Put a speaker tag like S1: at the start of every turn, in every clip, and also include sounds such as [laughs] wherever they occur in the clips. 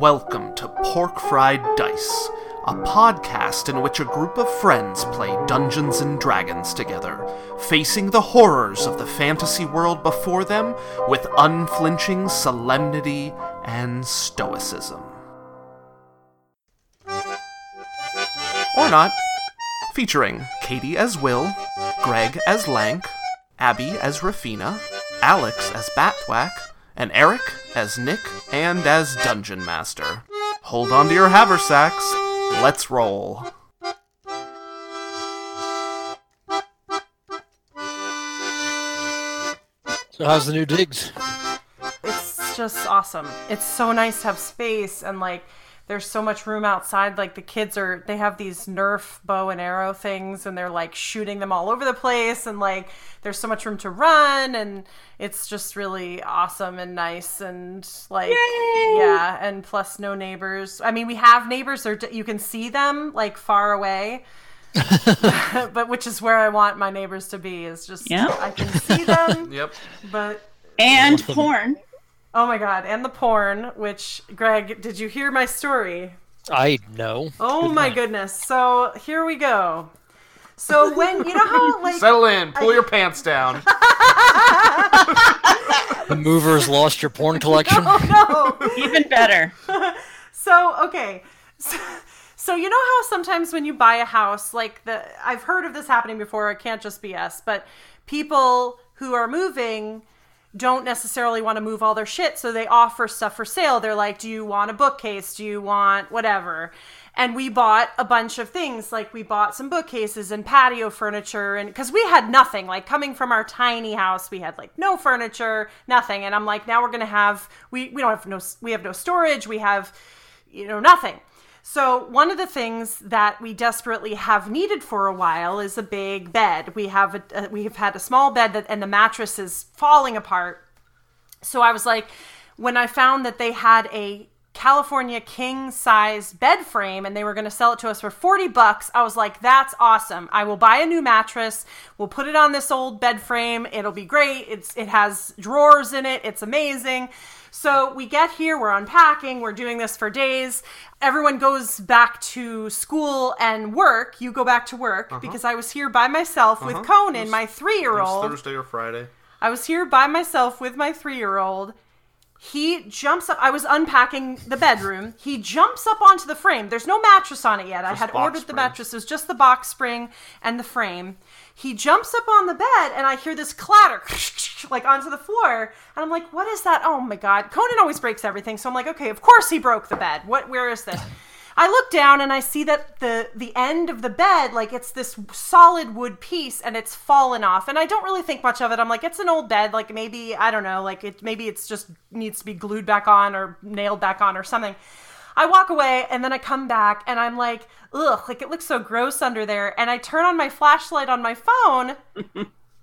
S1: Welcome to Pork Fried Dice, a podcast in which a group of friends play Dungeons and Dragons together, facing the horrors of the fantasy world before them with unflinching solemnity and stoicism. Or not. Featuring Katie as Will, Greg as Lank, Abby as Rafina, Alex as Batthwack, and Eric as Nick and as Dungeon Master. Hold on to your haversacks. Let's roll.
S2: So how's the new digs?
S3: it's just awesome. It's so nice to have space and like there's so much room outside. Like the kids are they have these Nerf bow and arrow things and they're like shooting them all over the place and like there's so much room to run and it's just really awesome and nice and like yeah and plus no neighbors. I mean we have neighbors or you can see them like far away. but which is where I want my neighbors to be is just
S4: Yeah.
S3: I can see them
S1: Yep.
S3: but
S4: and porn.
S3: Oh my god, and the porn, which Greg, did you hear my story?
S2: I know.
S3: Oh my goodness. So here we go. So when you know how like
S1: Settle in. Pull your pants
S3: [laughs]
S1: down.
S2: The movers lost your porn collection.
S3: Oh no.
S4: Even better.
S3: So okay. So, so you know how sometimes when you buy a house, like the I've heard of this happening before, it can't just be us, but people who are moving don't necessarily want to move all their shit, so they offer stuff for sale. They're like, "Do you want a bookcase? Do you want whatever?" And we bought a bunch of things, like we bought some bookcases and patio furniture, and because we had nothing, like coming from our tiny house, we had like no furniture, nothing. And I'm like, now we're gonna have we we don't have no we have no storage, we have you know nothing. So, one of the things that we desperately have needed for a while is a big bed. We have a, uh, we have had a small bed that, and the mattress is falling apart. So I was like, when I found that they had a California king size bed frame and they were going to sell it to us for 40 bucks, I was like, that's awesome. I will buy a new mattress. We'll put it on this old bed frame. It'll be great. It's it has drawers in it. It's amazing. So we get here, we're unpacking, we're doing this for days. Everyone goes back to school and work. You go back to work because I was here by myself with Conan, my 3-year-old.
S1: or Friday.
S3: I was here by myself with my three year old. He jumps up. I was unpacking the bedroom. He jumps up onto the frame. There's no mattress on it yet. I
S1: Just
S3: had
S1: box
S3: ordered the
S1: spring.
S3: mattress. It was just the box spring and the frame. He jumps up on the bed, and I hear this clatter, [laughs] like onto the floor. And I'm like, "What is that? Oh my god!" Conan always breaks everything, so I'm like, "Okay, of course he broke the bed. What? Where is this?" I look down and I see that the the end of the bed, like it's this solid wood piece and it's fallen off. And I don't really think much of it. I'm like, it's an old bed, like maybe I don't know, like it maybe it's just needs to be glued back on or nailed back on or something. I walk away and then I come back and I'm like, ugh, like it looks so gross under there. And I turn on my flashlight on
S1: [laughs]
S3: my phone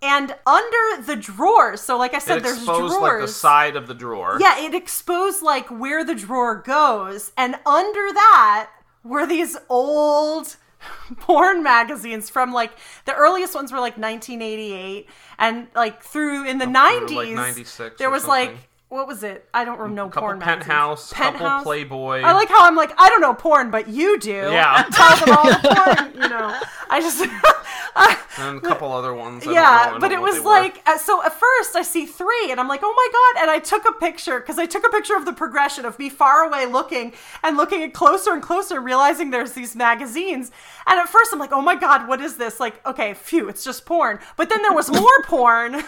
S3: and under the drawers, so like I said,
S1: It
S3: there's
S1: exposed
S3: drawers.
S1: like the side of the drawer.
S3: Yeah, it exposed like where the drawer goes, and under that were these old [laughs] porn magazines from like the earliest ones were like 1988 and like through in the 90s
S1: through, Oh, like, 96
S3: there
S1: or
S3: was like
S1: something.
S3: what was it i don't remember no
S1: Couple
S3: porn
S1: penthouse,
S3: magazines.
S1: couple Playboy.
S3: i like how i'm like i don't know porn but you do [laughs]
S1: Yeah.
S3: tell them all
S1: [laughs]
S3: the porn you know i just [laughs]
S1: and a couple other ones. I
S3: yeah,
S1: don't know. I
S3: but
S1: don't
S3: it
S1: know what
S3: was
S1: they were.
S3: like uh, so. At first, I see three, and I'm like, "Oh my god!" And I took a picture because I took a picture of the progression of me far away looking and looking at closer and closer, realizing there's these magazines. And at first, I'm like, "Oh my god, what is this?" Like, okay, phew, it's just porn. But then there was
S1: [laughs]
S3: more porn.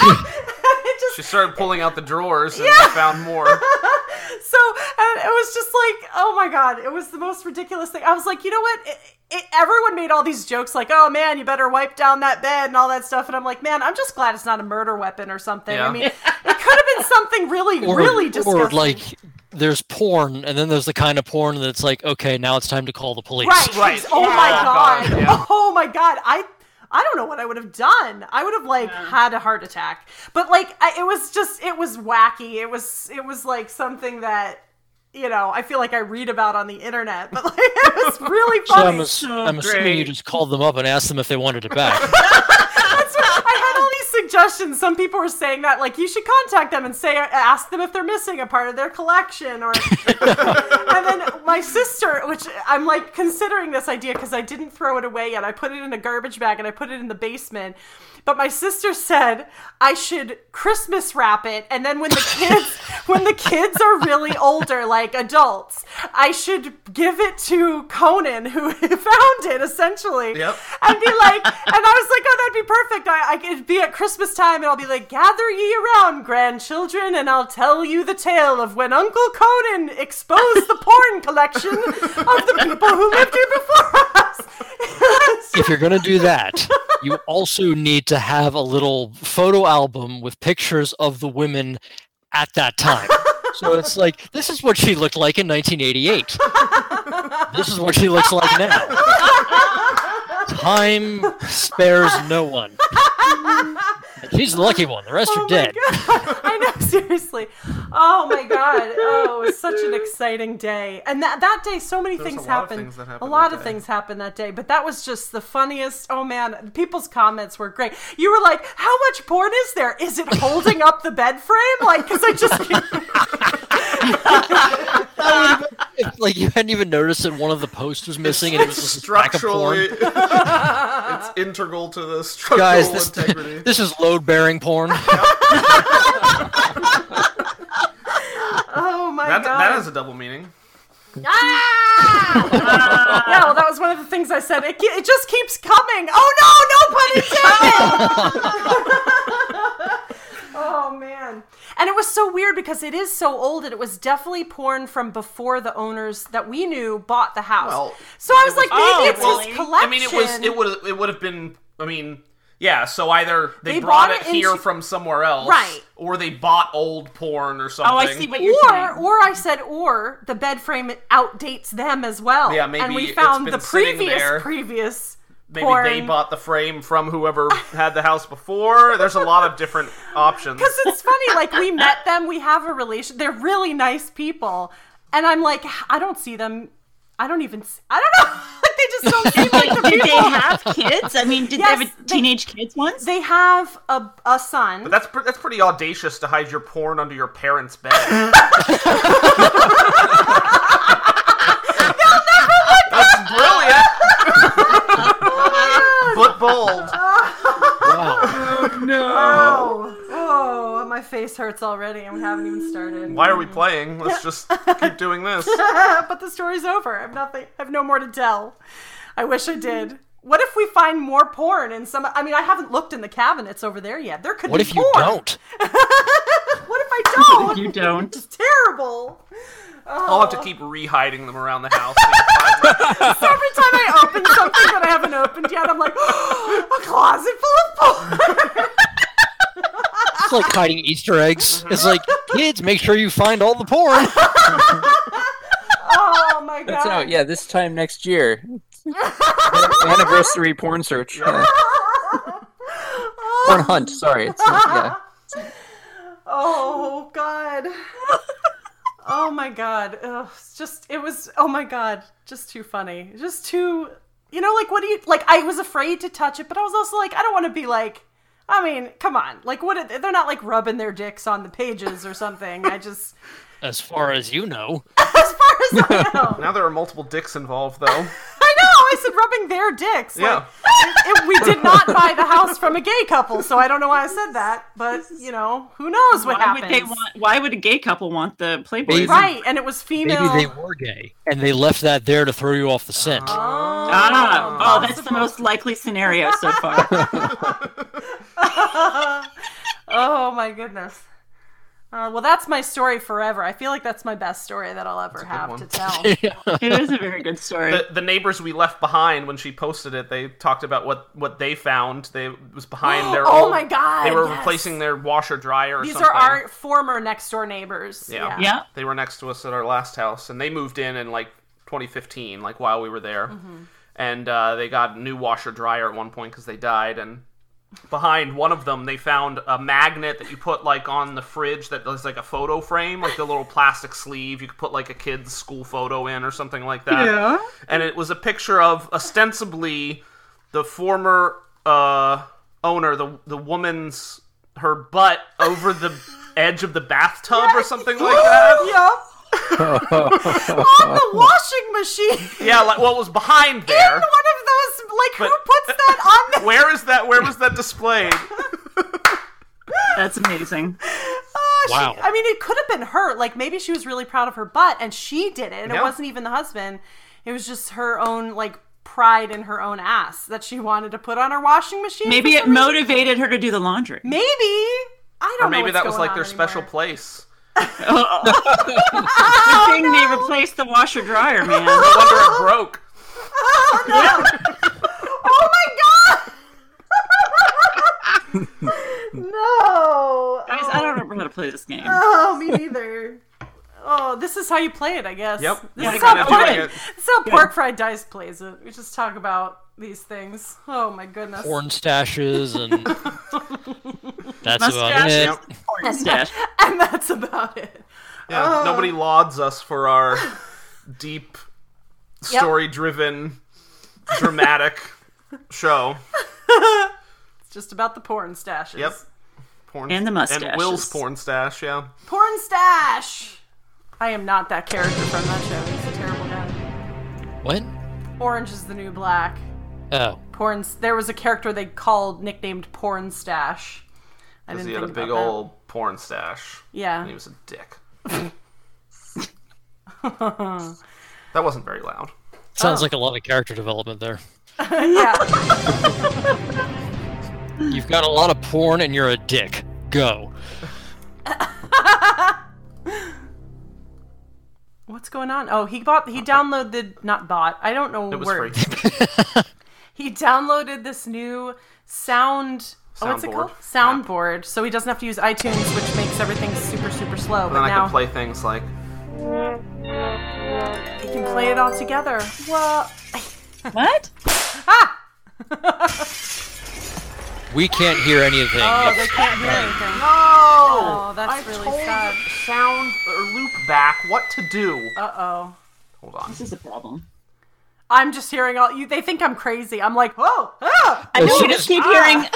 S3: it just
S1: She started pulling out the drawers and I found more.
S3: so and it was just like oh my god it was the most ridiculous thing i was like you know what it, it, everyone made all these jokes like oh man you better wipe down that bed and all that stuff and i'm like man i'm just glad it's not a murder weapon or something
S1: Yeah.
S3: i mean it could have been something
S2: [laughs]
S3: really
S2: Or,
S3: really disgusting
S2: or like there's porn, and then there's the kind of porn that's like, okay, now it's time to call the police.
S3: right
S2: [laughs]
S1: Right.
S3: oh my
S1: Yeah.
S3: god
S1: Yeah.
S3: oh my god i I don't know what I would have done. I would have like had a heart attack. But like I, it was just it was wacky. It was it was like something that you know, I feel like I read about on the internet, but like [laughs] it
S2: [laughs]
S3: was really
S2: So I'm,
S3: funny.
S2: ass- I'm assuming you
S1: great.
S2: just called them up and asked them if they wanted it back.
S3: That's what- I had all these suggestions. Some people were saying that like you should contact them and say ask them if they're missing a part of their collection or [laughs] and then my sister, which I'm like considering this idea because I didn't throw it away yet. I put it in a garbage bag and I put it in the basement. But my sister said I should Christmas wrap it, and then when the kids when the kids are really older, like adults, I should give it to Conan who [laughs] found it essentially,
S5: Yep.
S3: and be like, and I was like, oh, that'd be perfect. I, I could be at Christmas time, and I'll be like, gather ye around, grandchildren, and I'll tell you the tale of when Uncle Conan exposed the porn collection of the people who lived here before [laughs] us.
S2: if you're going to do that, you also need to have a little photo album with pictures of the women at that time. So it's like, this is what she looked like in 1988. This is what she looks like now. Time spares no one. And she's the lucky one. The rest
S3: Oh
S2: are
S3: my
S2: dead.
S3: God. [laughs] I know, seriously. Oh my god. Oh, it was such an exciting day. And that that day so many
S5: There was
S3: things
S5: a lot of
S3: happened.
S5: things that
S3: a
S5: happened
S3: lot
S5: that
S3: of
S5: day.
S3: things happened that day, but that was just the funniest. Oh man, people's comments were great. You were like, "How much porn is there? Is it holding up the bed frame?" Like cuz I just
S5: [laughs]
S2: If, like you hadn't even noticed that one of the posts was missing, and it was
S5: It's
S2: just a stack of
S5: structurally,
S2: porn.
S5: [laughs] it's integral to the structural
S2: Guys, this,
S5: integrity.
S2: this is load-bearing porn.
S3: Oh my
S5: that,
S3: god.
S5: that is a double meaning.
S3: yeah, well, that was one of the things I said. It, ke- it just keeps coming. Oh no, no pun intended. [laughs] oh man, and it was so weird because it is so old, and it was definitely porn from before the owners that we knew bought the house.
S5: Well,
S3: so I was like, maybe
S4: oh,
S3: it's
S4: well,
S3: his
S5: I
S3: collection.
S5: mean, it was it would it would have been. I mean, yeah. So either they,
S3: They
S5: brought,
S3: bought
S5: it
S3: it
S5: here
S3: into-
S5: from somewhere else,
S3: Right.
S5: Or they bought old porn or something.
S4: Oh, I see what you're
S3: Or,
S4: saying.
S3: or I said, or the bed frame outdates them as well.
S5: Yeah, maybe
S3: And we
S5: it's
S3: found
S5: been
S3: the
S5: sitting
S3: previous,
S5: there.
S3: previous.
S5: Maybe they
S3: porn.
S5: bought the frame from whoever had the house before. There's a lot of
S3: [laughs]
S5: different options.
S3: Because it's funny, like we met them, we have a relation. They're really nice people, and I'm like, I don't see them. I don't even. s I don't know. [laughs] Like, they just
S2: [laughs]
S3: don't seem like the
S4: Did they
S3: people.
S4: have kids? I mean, did
S3: Yes,
S4: they have a
S3: they-
S4: teenage kids once?
S3: They have a a son.
S5: That's pre- that's pretty audacious to hide your porn under your
S3: [laughs]
S5: parents' bed. That's brilliant,
S3: [laughs]
S5: but bold.
S2: Wow.
S3: Oh, oh, my face hurts already, and we haven't even started. Uh,
S5: Why are we playing? Let's just keep
S3: [laughs]
S5: doing this.
S3: But the story's over. I've nothing. I've no more to tell. I wish I did. What if we find more porn in some? I mean, I haven't looked in the cabinets over there yet. There could
S2: What
S3: be
S2: if you
S3: porn.
S2: don't?
S3: What if I don't?
S4: you don't.
S3: it's terrible.
S5: I'll have to keep re-hiding them around the house. and find them.
S3: So every time I open something that I haven't opened yet, I'm like, [gasps] a closet full of porn.
S2: It's like hiding Easter eggs. It's like, kids, make sure you find all the porn.
S3: Oh my
S6: [laughs]
S3: god.
S6: That's out. Yeah, this time next
S3: [laughs]
S6: year. Anniversary porn search. Yeah. Porn hunt. Sorry. It's, yeah.
S3: [laughs] Oh god. Oh my god. Ugh, it's just it was oh my god, just too funny. Just too you know like what do you like I was afraid to touch it, but I was also like I don't want to be like I mean, come on. Like what they're not like rubbing their dicks on the pages or something. I just
S2: As far as you know,
S3: as far as
S6: [laughs]
S3: I know.
S5: now there are multiple dicks involved, though.
S3: I know. I said rubbing their dicks. Like,
S5: Yeah.
S3: it- it- we did
S5: [laughs]
S3: not buy the house from a gay couple, so I don't know why I said that. But you know, who knows what
S4: Why
S3: happens?
S4: would they want? Why would a gay couple want the Playboy?
S2: Maybe-
S3: right, and it was female.
S2: maybe they were gay and they left that there to throw you off the scent.
S3: Oh,
S4: Ah, oh, that's the most likely scenario so far.
S3: Oh my goodness. Uh, well, that's my story forever. I feel like that's my best story that I'll ever have
S5: one.
S3: to
S5: [laughs]
S3: tell.
S4: it is a very good story.
S5: the, the neighbors we left behind when she posted it, they talked about what what they found. They it
S3: [gasps]
S5: was behind their.
S3: Oh
S5: old-
S3: my God,
S5: They were
S3: yes.
S5: replacing their washer dryer. Or
S3: These
S5: something.
S3: are our former next door neighbors.
S5: Yeah.
S4: yeah.
S5: They were next to us at our last house, and they moved in in like 2015, like while we were there.
S3: Mm-hmm.
S5: And uh, they got a new washer dryer at one point because they died. And behind one of them, they found a magnet that you put like on the fridge that was like a photo frame, like the little plastic sleeve you could put like a kid's school photo in or something like that.
S4: Yeah.
S5: And it was a picture of ostensibly the former uh, owner, the the woman's her butt
S3: [laughs]
S5: over the edge of the bathtub or something like that.
S3: Yup.
S5: [laughs]
S3: On the washing machine.
S5: Yeah, like what was behind
S3: In [laughs] one
S5: there?
S3: of those, like, who
S5: But-
S3: puts
S5: [laughs]
S3: that on there?
S5: Where is that? Where was that displayed?
S4: That's amazing.
S3: Oh, she-
S2: Wow.
S3: I mean, it could have been her. Like, maybe she was really proud of her butt and she did it. And
S5: Yeah.
S3: it wasn't even the husband. It was just her own, like, pride in her own ass that she wanted to put on her washing machine.
S4: Maybe it motivated her to do the laundry.
S3: Maybe. I don't know.
S5: Or maybe
S3: what's
S5: that was
S3: going
S5: like
S3: on
S5: their special
S3: anymore. [laughs]
S5: place.
S4: Good thing they replaced the washer dryer,
S3: [laughs]
S4: man.
S5: No wonder it broke.
S3: Oh,
S5: [laughs]
S3: no. [laughs] oh, my God. [laughs] no.
S4: Guys, I don't remember how to play this game.
S3: [laughs] Oh, me neither. Oh, this is how you play it, I guess.
S5: Yep.
S3: This
S5: Yeah,
S3: is
S4: I
S3: how
S4: gotta
S3: pork,
S4: do
S5: it.
S3: this is how pork fried dice plays it. We just talk about these things. Oh my goodness.
S2: Porn stashes and that's about it.
S4: Mustaches, porn stash.
S3: [laughs] And that's about it.
S5: Yeah,
S3: Oh.
S5: nobody lauds us for
S3: [laughs]
S5: our deep,
S3: Yep.
S5: story-driven,
S3: [laughs]
S5: dramatic show.
S3: It's just about the porn stashes.
S5: Yep. Porn
S4: And the
S5: And Will's
S4: mustaches.
S5: porn stash. Yeah.
S3: Porn stash. I am not that character from that show. It's a terrible guy.
S2: What?
S3: Orange is the new black.
S2: Oh,
S3: Porn. There was a character they called nicknamed Porn Stash. I
S5: Because
S3: didn't
S5: he had a
S3: think
S5: big
S3: about that. Uh-huh.
S5: old porn stash. And he
S3: Yeah.
S5: was a
S3: [laughs]
S5: dick. that wasn't very loud.
S2: sounds like a lot of character development there.
S3: yeah.
S2: You've got a lot of porn and you're a dick. Go.
S3: What's going on? Oh, he bought. He downloaded. Not bought. I don't know.
S5: It was
S3: word.
S5: free.
S3: He downloaded this new sound. Oh, what's it
S5: Soundboard.
S3: called? Soundboard. So he doesn't have to use iTunes, which makes everything super, super slow.
S5: Then
S3: But
S5: I
S3: now
S5: could play things like
S3: he can play it all together. Well,
S4: What?
S2: We can't hear anything.
S3: oh, they can't hear anything.
S5: No.
S3: Oh, that's really sad.
S5: "Oh, Sound or loop back. What to do?
S3: Uh oh.
S5: Hold on.
S4: This is a problem.
S3: I'm just hearing all. You. They think I'm crazy. I'm like, oh, ah!
S4: I know,
S2: soon
S4: we just
S2: as-
S4: keep hearing.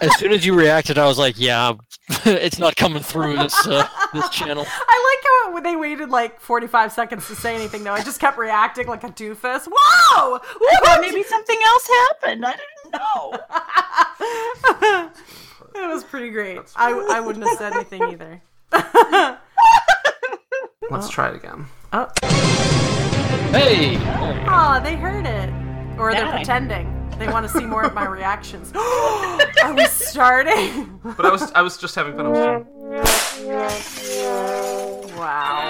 S2: As soon as you reacted, I was like, "Yeah, [laughs] it's not coming through this uh, this channel."
S3: I like how they waited like 45 seconds to say anything though. I just kept reacting like a doofus. Whoa!
S4: I
S3: What?
S4: thought
S3: [laughs]
S4: maybe something else happened. I didn't know.
S3: It was pretty great. I, I wouldn't have said anything
S5: [laughs]
S3: either. [laughs]
S5: Let's try it again.
S3: Oh,
S2: Hey, there we go.
S3: Aw, they heard it. Or they're
S4: Yeah.
S3: pretending. They want to see more of my reactions. [gasps] Are we starting? [laughs]
S5: But I was I was just having fun. I was just-
S3: Wow.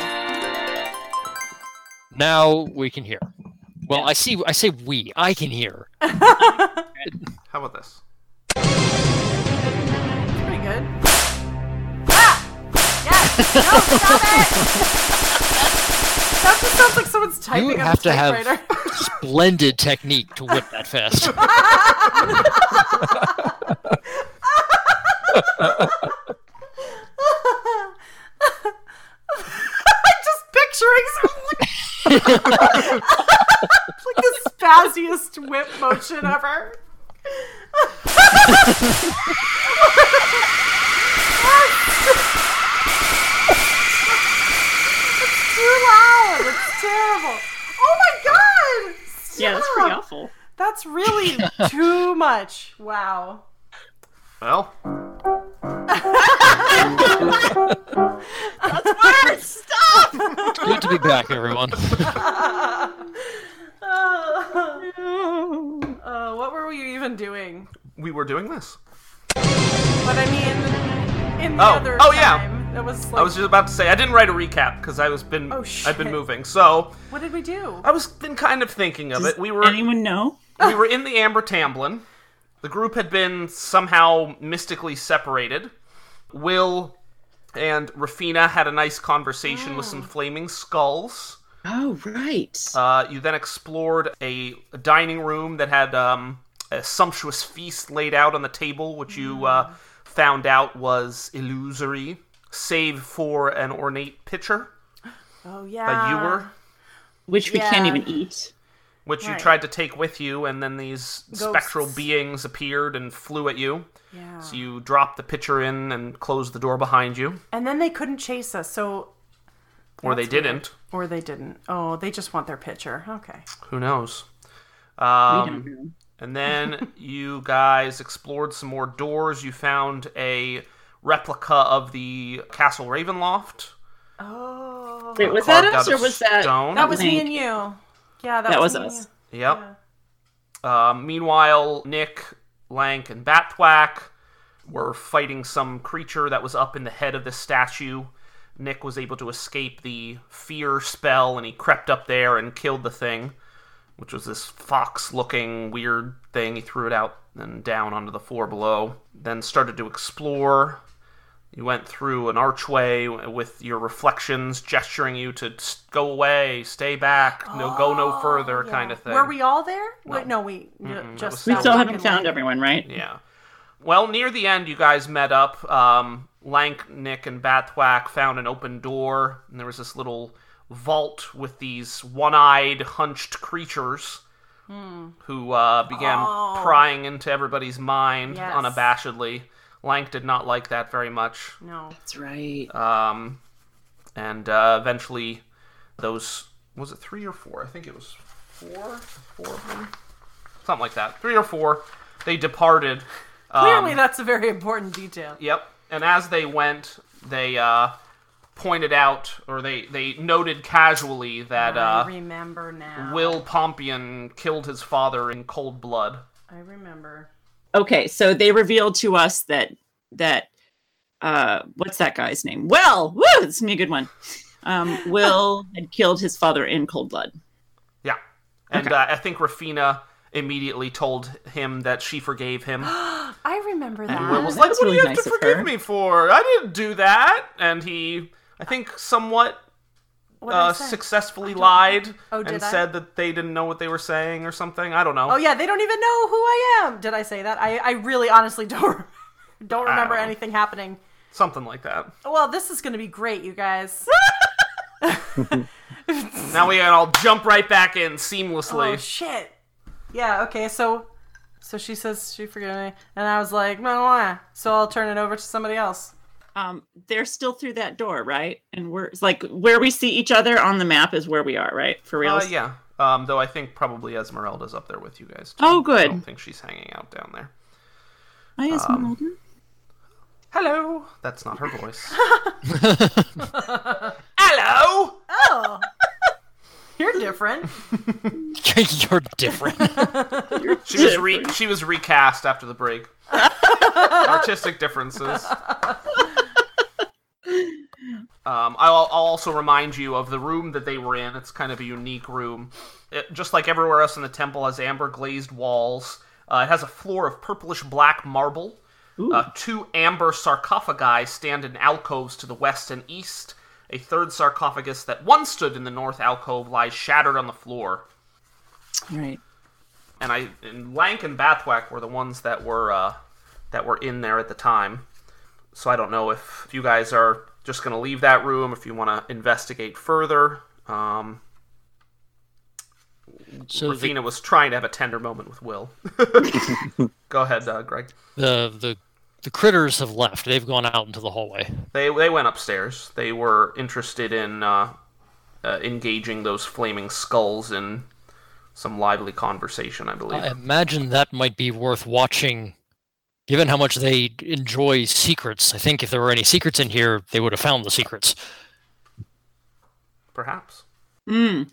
S2: now we can hear. Well, I see. I say we. I can hear.
S5: How about this?
S3: Pretty good. Ah! Yes! No, stop it! That just sounds like someone's typing
S2: You would
S3: on
S2: have
S3: a
S2: to have
S3: typewriter. [laughs]
S2: splendid technique to whip that fast.
S3: I'm just picturing someone [laughs] like the spazziest whip motion ever. it's too loud. It's terrible. Oh my god! Stop.
S4: Yeah, that's pretty awful.
S3: That's really too much. Wow.
S5: Well,
S2: Good to be back, everyone.
S3: [laughs] Oh. Oh, what were we even doing?
S5: we were doing this.
S3: But I mean, in the
S5: Oh.
S3: other
S5: Oh, yeah.
S3: time, yeah. it was like,
S5: I was just about to say I didn't write a recap because I was been
S3: Oh,
S5: I've been
S3: shit.
S5: moving. So
S3: what did we do?
S5: I was been kind of thinking of it. We were
S4: Anyone know?
S5: we were in the Amber Tamblin. The group had been somehow mystically separated. Will and Rafina had a nice conversation with
S3: Mm.
S5: some flaming skulls.
S4: Oh, right.
S5: Uh, you then explored a, a dining room that had um, a sumptuous feast laid out on the table, which you
S3: Mm.
S5: uh, found out was illusory, save for an ornate pitcher
S3: Oh
S5: that
S3: yeah.
S5: you were.
S4: Which we
S3: yeah.
S4: can't even eat.
S5: which you
S3: Right.
S5: tried to take with you, and then these spectral
S3: Ghosts.
S5: beings appeared and flew at you.
S3: Yeah.
S5: So you dropped the pitcher in and closed the door behind you,
S3: And then they couldn't chase us, so
S5: or they didn't.
S3: or they didn't. Oh, they just want their picture. Okay.
S5: Who knows? Um,
S4: we don't know.
S5: And
S4: [laughs]
S5: then you guys explored some more doors. You found a replica of the Castle Ravenloft.
S3: Oh,
S4: Wait, was
S5: carved
S4: that us
S5: out
S4: or
S5: of
S4: was that?
S5: stone.
S3: that was me
S4: Link.
S3: and you. Yeah, that,
S4: That was
S3: me and
S4: us.
S3: you.
S5: Yep. Um, meanwhile, Nick, Lank, and Batthwack were fighting some creature that was up in the head of the statue. Nick was able to escape the fear spell and he crept up there and killed the thing, which was this fox looking weird thing. He threw it out and down onto the floor below, then started to explore. You went through an archway with your reflections gesturing you to "Tsk, go away, stay back, no go no further kind of thing.
S3: Were we all there? Wait, no, we ju- just
S5: that
S4: We
S5: was-
S4: still haven't found everyone, right?
S5: Yeah. Well, near the end, you guys met up. Um, Lank, Nick, and Bathwack found an open door, and there was this little vault with these one-eyed, hunched creatures who uh, began prying into everybody's mind
S3: Oh. Yes.
S5: unabashedly. Lank did not like that very much,
S3: No.
S4: That's right.
S5: um, and uh, eventually, those was it three or four? I think it was four, four of them, something like that. Three or four. They departed.
S3: Clearly, that's a very important detail.
S5: Yep. And as they went, they uh, pointed out, or they, they noted casually that
S3: I
S5: uh,
S3: remember now.
S5: Will Pompion killed his father in cold blood.
S3: I
S5: [gasps]
S3: remember.
S4: Okay, so they revealed to us that that uh what's that guy's name? Well, woo, it's gonna be a good one. Um, Will had killed his father in cold blood.
S5: Yeah. And uh, I think Rafina immediately told him that she
S3: [gasps]
S5: forgave him.
S3: I remember that.
S4: And
S5: Will
S4: Will
S5: was
S4: That
S5: like,
S4: was
S5: "What do
S4: really
S5: you have
S4: nice
S5: to
S4: of
S5: forgive
S4: her."
S5: me for? I didn't do that." And he, I think, somewhat
S3: What'd I
S5: uh,
S3: say?
S5: successfully lied
S3: Oh,
S5: and
S3: did I?
S5: said that they didn't know what they were saying or something. I don't know.
S3: Oh yeah, they don't even know who I am. Did I say that? I, I really honestly [laughs] don't don't remember
S5: Ow.
S3: anything happening.
S5: Something like that.
S3: Well, this is going to be great, you guys.
S5: Now we can all jump right back in seamlessly.
S3: oh shit. Yeah. Okay. So, so she says she forgave me, and I was like, no, why? So I'll turn it over to somebody else.
S4: Um, they're still through that door, right? And we're it's like where we see each other on the map is where we are, right? For real.
S5: Uh, yeah. Um, though I think probably Esmeralda's up there with you guys. Too.
S4: Oh,
S5: I
S4: good.
S5: don't think she's hanging out down there.
S4: Hi, Esmeralda.
S5: Hello. That's
S4: [laughs]
S5: not her voice. [laughs] Hello.
S3: Oh, [laughs] you're different.
S2: [laughs] You're different.
S5: She was re- she was recast after the break. Artistic differences. Um, I'll, I'll also remind you of the room that they were in. It's kind of a unique room. It, just like everywhere else in the temple, has amber glazed walls. Uh, it has a floor of purplish black marble. Uh, two amber sarcophagi stand in alcoves to the west and east. A third sarcophagus that once stood in the north alcove lies shattered on the floor
S4: Right.
S5: and I and Lank and Bathwack were the ones that were uh, that were in there at the time. So I don't know if, if you guys are just going to leave that room, if you want to investigate further. Um,
S2: So the,
S5: Rafina was trying to have a tender moment with [laughs] Will. Go ahead, uh, Greg.
S2: the the the critters have left. They've gone out into the hallway.
S5: They they went upstairs. They were interested in uh, uh, engaging those flaming skulls in some lively conversation, I believe.
S2: I imagine that might be worth watching, given how much they enjoy secrets. I think if there were any secrets in here, they would have found the secrets.
S5: Perhaps.
S4: Mm.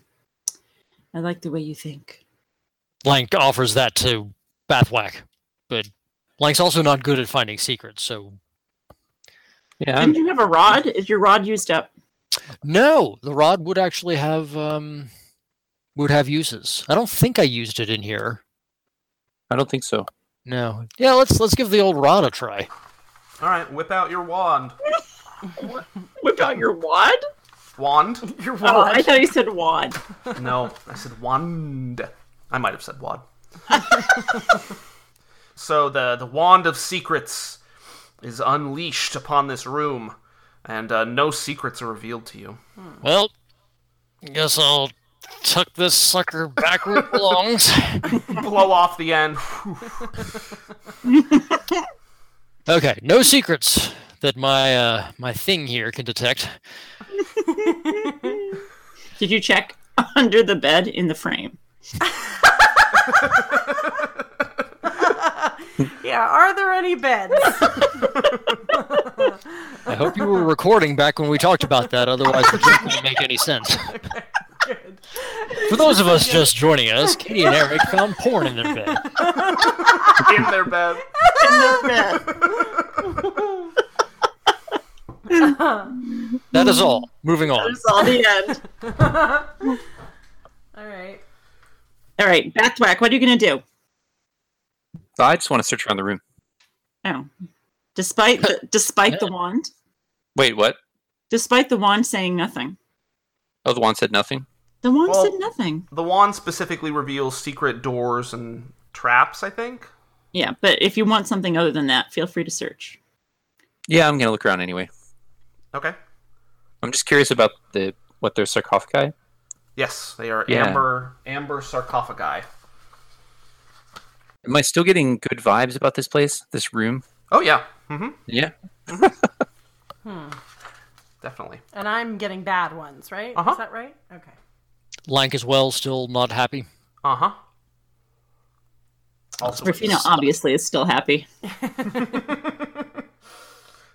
S4: I like the way you think.
S2: Lank offers that to Bathwack, but Lank's also not good at finding secrets. So
S7: Yeah.
S4: Didn't you have a rod? Is your rod used up?
S2: no, the rod would actually have um, would have uses. I don't think I used it in here.
S7: I don't think so.
S2: No. Yeah, let's let's give the old rod a try.
S5: All right, whip out your wand.
S4: Whip out your wad?
S5: Wand?
S3: You're
S4: Oh,
S3: wild.
S4: I thought you said wad.
S5: No, I said wand. I might have said wad. so the the wand of secrets is unleashed upon this room, and uh, no secrets are revealed to you.
S2: Well, guess I'll tuck this sucker back where it
S7: [laughs]
S2: belongs.
S5: Blow off the end. [laughs]
S2: Okay, no secrets that my uh, my thing here can detect.
S4: Did you check [laughs] under the bed in the frame?
S3: Yeah, are there any
S5: [laughs]
S3: beds? [laughs]
S2: I hope you were recording back when we talked about that. Otherwise, the joke wouldn't make any sense.
S3: Good.
S2: For those of us just joining us, Katie and Eric found porn in their bed.
S5: in their bed.
S2: That is all. [laughs] Moving on.
S4: That's all the end.
S3: All right.
S4: [laughs] All right, Bathwack, what are you going to do?
S7: I just want to search around the room.
S4: Oh, despite the, despite the wand,
S7: Wait, what?
S4: despite the wand saying nothing,
S7: Oh, the wand said nothing.
S4: the wand
S5: Well-
S4: said nothing.
S5: The wand specifically reveals secret doors and traps, I think.
S4: Yeah, but if you want something other than that, feel free to search.
S7: Yeah, I'm gonna look around anyway.
S5: Okay.
S7: I'm just curious about the what their sarcophagi.
S5: Yes, they are
S7: Yeah.
S5: amber amber sarcophagi.
S7: Am I still getting good vibes about this place, this room?
S5: Oh yeah. hmm
S7: Yeah.
S5: Definitely.
S3: And I'm getting bad ones, right?
S5: Uh-huh.
S3: Is that right? Okay.
S2: Lank as well, still not happy.
S5: Uh-huh. Also
S4: Rafina obviously is still happy.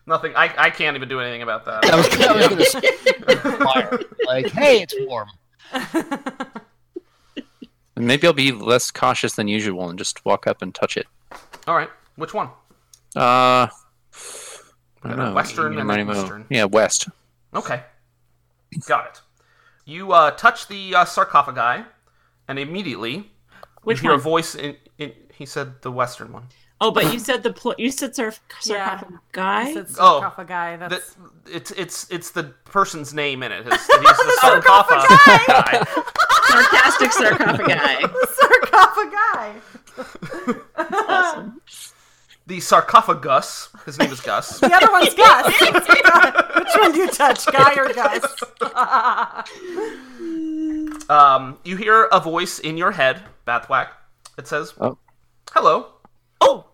S5: nothing I, I can't even do anything about that.
S7: [coughs]
S2: I was, I was gonna say, fire. [laughs] Like, hey, it's warm.
S7: [laughs] Maybe I'll be less cautious than usual and just walk up and touch it.
S5: All right. Which one?
S7: Uh, I don't know.
S5: Western and
S7: Nanaimo.
S5: Eastern.
S7: Yeah, west.
S5: Okay. Got it. You uh, touch the uh, sarcophagi and immediately
S4: Which
S5: you hear
S4: one?
S5: a voice in, in he said the western one.
S4: Oh, but you said the pl- you said sarf-
S3: Yeah.
S4: sarcophagi.
S3: I said
S5: Oh.
S3: sarcophagi. That's [laughs]
S5: That, it's it's it's the person's name in it. It's, he's the
S4: [laughs]
S5: sarcophagi.
S4: sarcastic sarcophagi.
S3: sarcophagi.
S4: [laughs] awesome.
S5: the sarcophagus. His name
S4: [laughs]
S5: is Gus.
S3: The other one's Gus. [laughs] Which one do you touch, Guy or Gus?
S5: Um, you hear a voice in your head, Bathwack. It says,
S7: Oh.
S5: "Hello,
S4: Oh,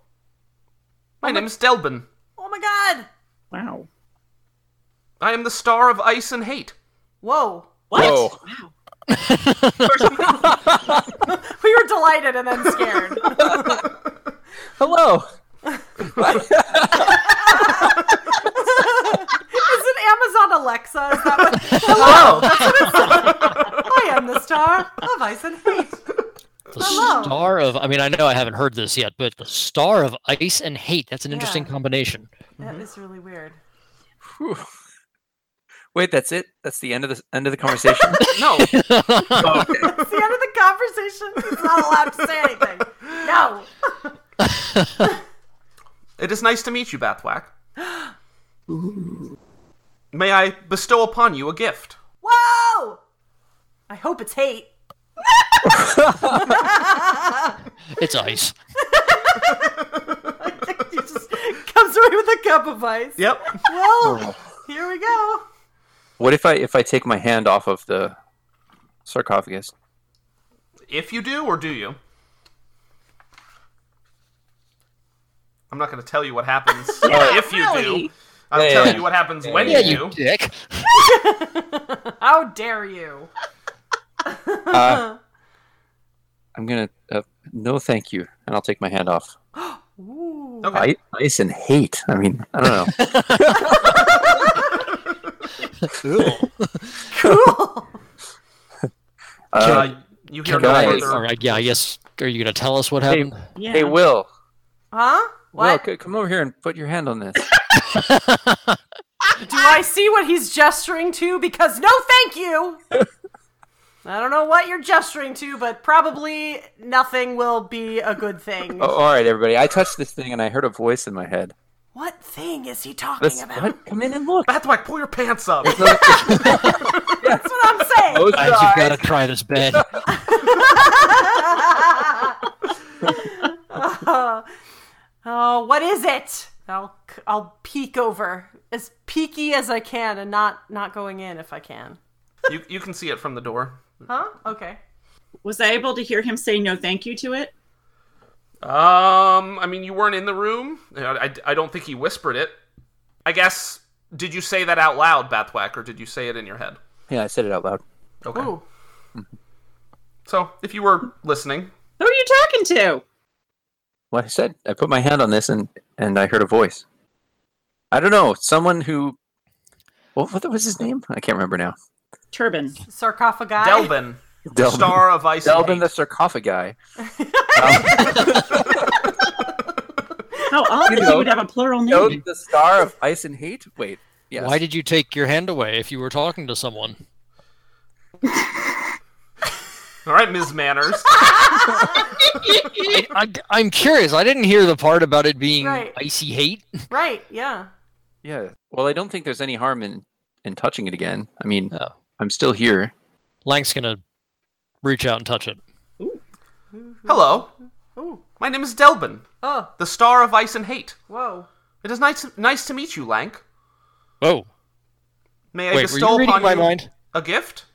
S5: my name is Delbin.
S3: Oh my God!
S4: wow.
S5: I am the star of Ice and Hate."
S3: Whoa. [laughs]
S4: What?
S7: Whoa.
S4: Wow.
S3: We were delighted and then scared.
S7: Hello.
S3: Is it Amazon Alexa? Is that what? Hello. I am the star of Ice and Hate.
S2: The
S3: Hello.
S2: star of, I mean, I know I haven't heard this yet, but the star of ice and hate. That's an interesting
S3: Yeah.
S2: combination.
S3: That is really weird.
S7: Whew. Wait, that's it. That's the end of the end of
S5: [laughs]
S7: the conversation.
S5: [laughs] No,
S3: It's the end of the conversation. He's not allowed to say anything. No.
S5: it is nice to meet
S3: [gasps]
S5: you, Bathwack. May I bestow upon you a gift?
S3: Whoa. I hope it's hate. [laughs]
S2: It's ice.
S3: He just comes away with a cup of ice.
S5: Yep.
S3: Well, here we go.
S7: what if I if I take my hand off of the sarcophagus?
S5: If you do, or do you? I'm not going to tell you what happens if you
S4: Oh, really?
S5: do. I'll
S7: Yeah,
S5: tell
S7: yeah.
S5: you what happens when
S7: Yeah,
S5: you do.
S2: You dick.
S3: How dare you?
S7: Uh, I'm gonna. Uh, no, thank you. And I'll take my hand off.
S3: Ooh.
S5: Okay.
S7: I, ice and hate. I mean, I don't know.
S3: Cool.
S7: Uh,
S5: Uh, you hear no
S7: Guys.
S2: All
S5: further.
S2: right, yeah, I guess. Are you going to tell us what
S7: Hey.
S2: happened?
S4: Yeah.
S7: hey, Will.
S3: Huh? What?
S7: Will, c- come over here and put your hand on this.
S3: Do I see what he's gesturing to? Because no, thank
S7: [laughs]
S3: you. I don't know what you're gesturing to, but probably nothing will be a good thing.
S7: oh, all right, everybody. I touched this thing and I heard a voice in my head.
S3: What thing is he talking
S7: This,
S3: about?
S7: what? Come in and look.
S5: Bathwack, pull your pants up.
S3: That's what I'm saying.
S7: Close your
S2: Guys, you've got
S7: eyes.
S2: to try this bed.
S3: Oh, what is it? I'll I'll peek over as peeky as I can, and not not going in if I can.
S5: you, you can see it from the door.
S3: Huh? Okay.
S4: Was I able to hear him say no thank you to it?
S5: Um, I mean, you weren't in the room. I, I, I don't think he whispered it. I guess. Did you say that out loud, Bathwack, or did you say it in your head?
S7: Yeah, I said it out loud.
S5: Okay. So, if you were listening,
S4: Who are you talking to?
S7: Well, I said I put my hand on this and and I heard a voice. I don't know, someone who. What, what was his name? I can't remember now.
S4: Turban.
S3: Sarcophagi.
S5: Delvin,
S7: Delvin,
S5: star of Ice. and
S7: Delvin
S5: Hate.
S7: the sarcophagi. um,
S4: How
S7: [laughs]
S4: odd
S7: You
S4: that
S7: know.
S4: he would have a plural name.
S7: Delvin the star of ice and hate. Wait, yes.
S2: Why did you take your hand away if you were talking to someone?
S5: All right, Ms. Manners.
S2: I, I, I'm curious. I didn't hear the part about it being
S3: Right.
S2: icy hate.
S3: Right, yeah.
S7: Yeah. Well, I don't think there's any harm in in touching it again. I mean,
S2: No.
S7: I'm still here.
S2: Lang's gonna reach out and touch it.
S5: Hello,
S3: Ooh.
S5: my name is Delbin,
S3: Oh,
S5: the star of Ice and Hate.
S3: whoa.
S5: It is nice, nice to meet you, Lank.
S2: Whoa!
S5: May
S2: Wait,
S5: I
S2: were
S5: bestow
S2: you reading
S5: upon
S2: my
S5: you
S2: mind?
S5: a gift?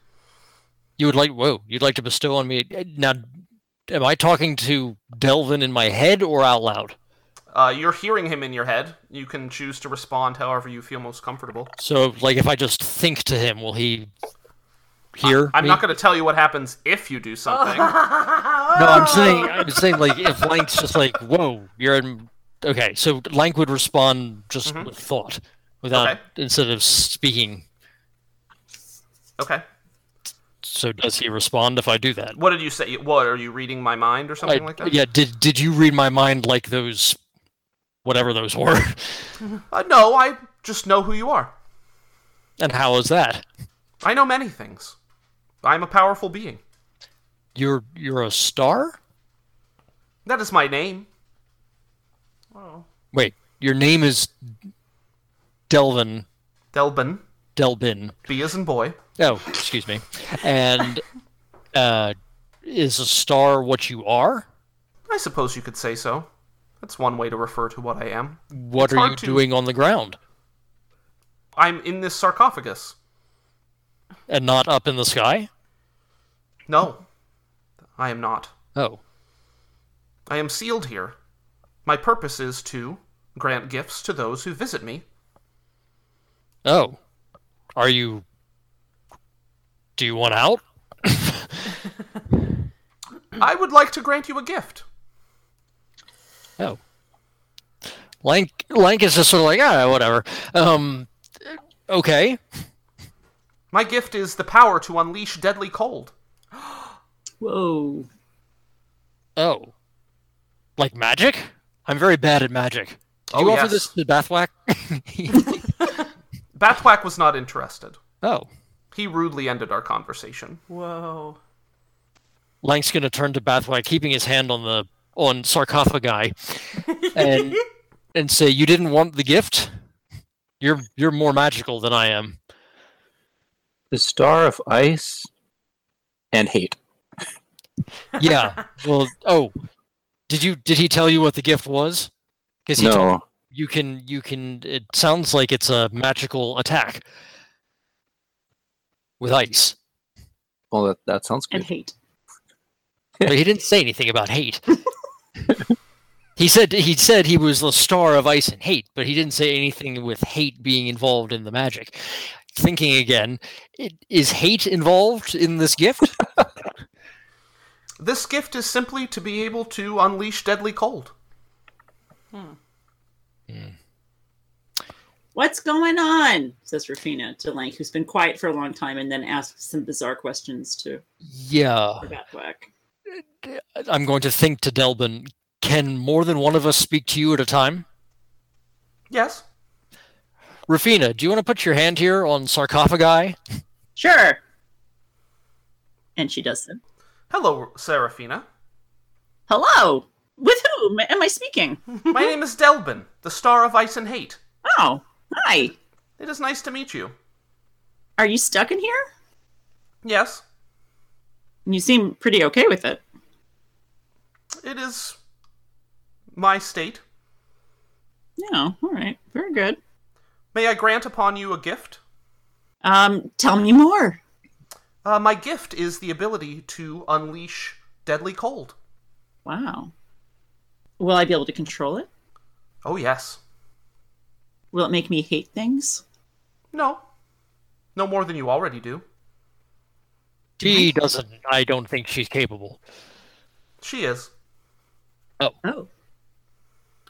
S2: You would like whoa? You'd like to bestow on me now? Am I talking to Delvin in my head or out loud?
S5: Uh, you're hearing him in your head. You can choose to respond however you feel most comfortable.
S2: So, like, if I just think to him, will he hear?
S5: I'm
S2: me?
S5: not going to tell you what happens if you do
S2: [laughs]
S5: something.
S2: No,
S5: [laughs]
S2: I'm saying, I'm saying, like, if Lank's just like, "Whoa, you're in," okay, so Lank would respond just with thought, without
S5: Mm-hmm. Okay.
S2: instead of speaking.
S5: okay.
S2: So, does he respond if I do that?
S5: What did you say? What are you reading my mind or something
S2: I-
S5: like that?
S2: Yeah. Did Did you read my mind like those, whatever those were? [laughs]
S5: Uh, no, I just know who you are.
S2: and how is that?
S5: I know many things. I'm a powerful being.
S2: You're You're a star.
S5: That is my name.
S2: Wait, your name is Delvin
S5: Delbin.
S2: Delbin.
S5: B as in boy.
S2: Oh, excuse me. And [laughs] uh, is a star what you are?
S5: I suppose you could say so. That's one way to refer to what I am.
S2: What are
S5: hard
S2: you
S5: to-
S2: doing on the ground
S5: I'm in this sarcophagus.
S2: and not up in the sky?
S5: No, I am not.
S2: Oh,
S5: I am sealed here. My purpose is to grant gifts to those who visit me.
S2: oh, are you? Do you want out?
S5: I would like to grant you a gift.
S2: Oh. Lank Lank is just sort of like, ah, whatever. Um okay.
S5: My gift is the power to unleash deadly cold.
S4: Whoa.
S2: Oh. Like magic? I'm very bad at magic. Did
S5: Oh,
S2: you offer
S5: yes.
S2: this to Bathwack?
S5: Batwack was not interested.
S2: [laughs] oh.
S5: He rudely ended our conversation.
S3: Whoa.
S2: Lank's gonna turn to Bathwack, keeping his hand on the on
S5: [laughs]
S2: sarcophagi and and say, You didn't want the gift? You're you're more magical than I am.
S7: The star of ice and hate.
S2: Yeah. well oh. Did you did he tell you what the gift was? Because he told
S7: No.
S2: you can you can it sounds like it's a magical attack with ice
S7: Well, that, that sounds
S4: And
S7: good.
S4: hate.
S2: but he didn't say anything about hate [laughs] he said he said he was the star of ice and hate but he didn't say anything with hate being involved in the magic thinking again i- is hate involved in this gift
S5: This gift is simply to be able to unleash deadly cold.
S4: What's going on? Says Rafina to Lank, who's been quiet for a long time and then asks some bizarre questions to
S2: yeah
S4: Batwack.
S2: i'm going to think to delbin can more than one of us speak to you at a time
S5: Yes.
S2: rafina do you want to put your hand here on sarcophagi
S4: Sure. And she does them.
S5: Hello,
S2: [laughs]
S5: Seraphina.
S4: Hello. With whom am I speaking?
S5: My name is Delbin, the star of Ice and Hate.
S4: Oh, hi.
S5: It is nice to meet you.
S4: Are you stuck in here?
S5: Yes,
S4: You seem pretty okay with it.
S5: it is my state.
S4: Yeah, all right. Very good.
S5: May I grant upon you a gift?
S4: Um, tell me more.
S5: Uh, my gift is the ability to unleash deadly cold.
S4: Wow. Will I be able to control it?
S5: Oh, yes.
S4: Will it make me hate things?
S5: No. No more than you already do.
S2: She doesn't. I don't think she's capable.
S5: She is.
S4: [laughs] Oh.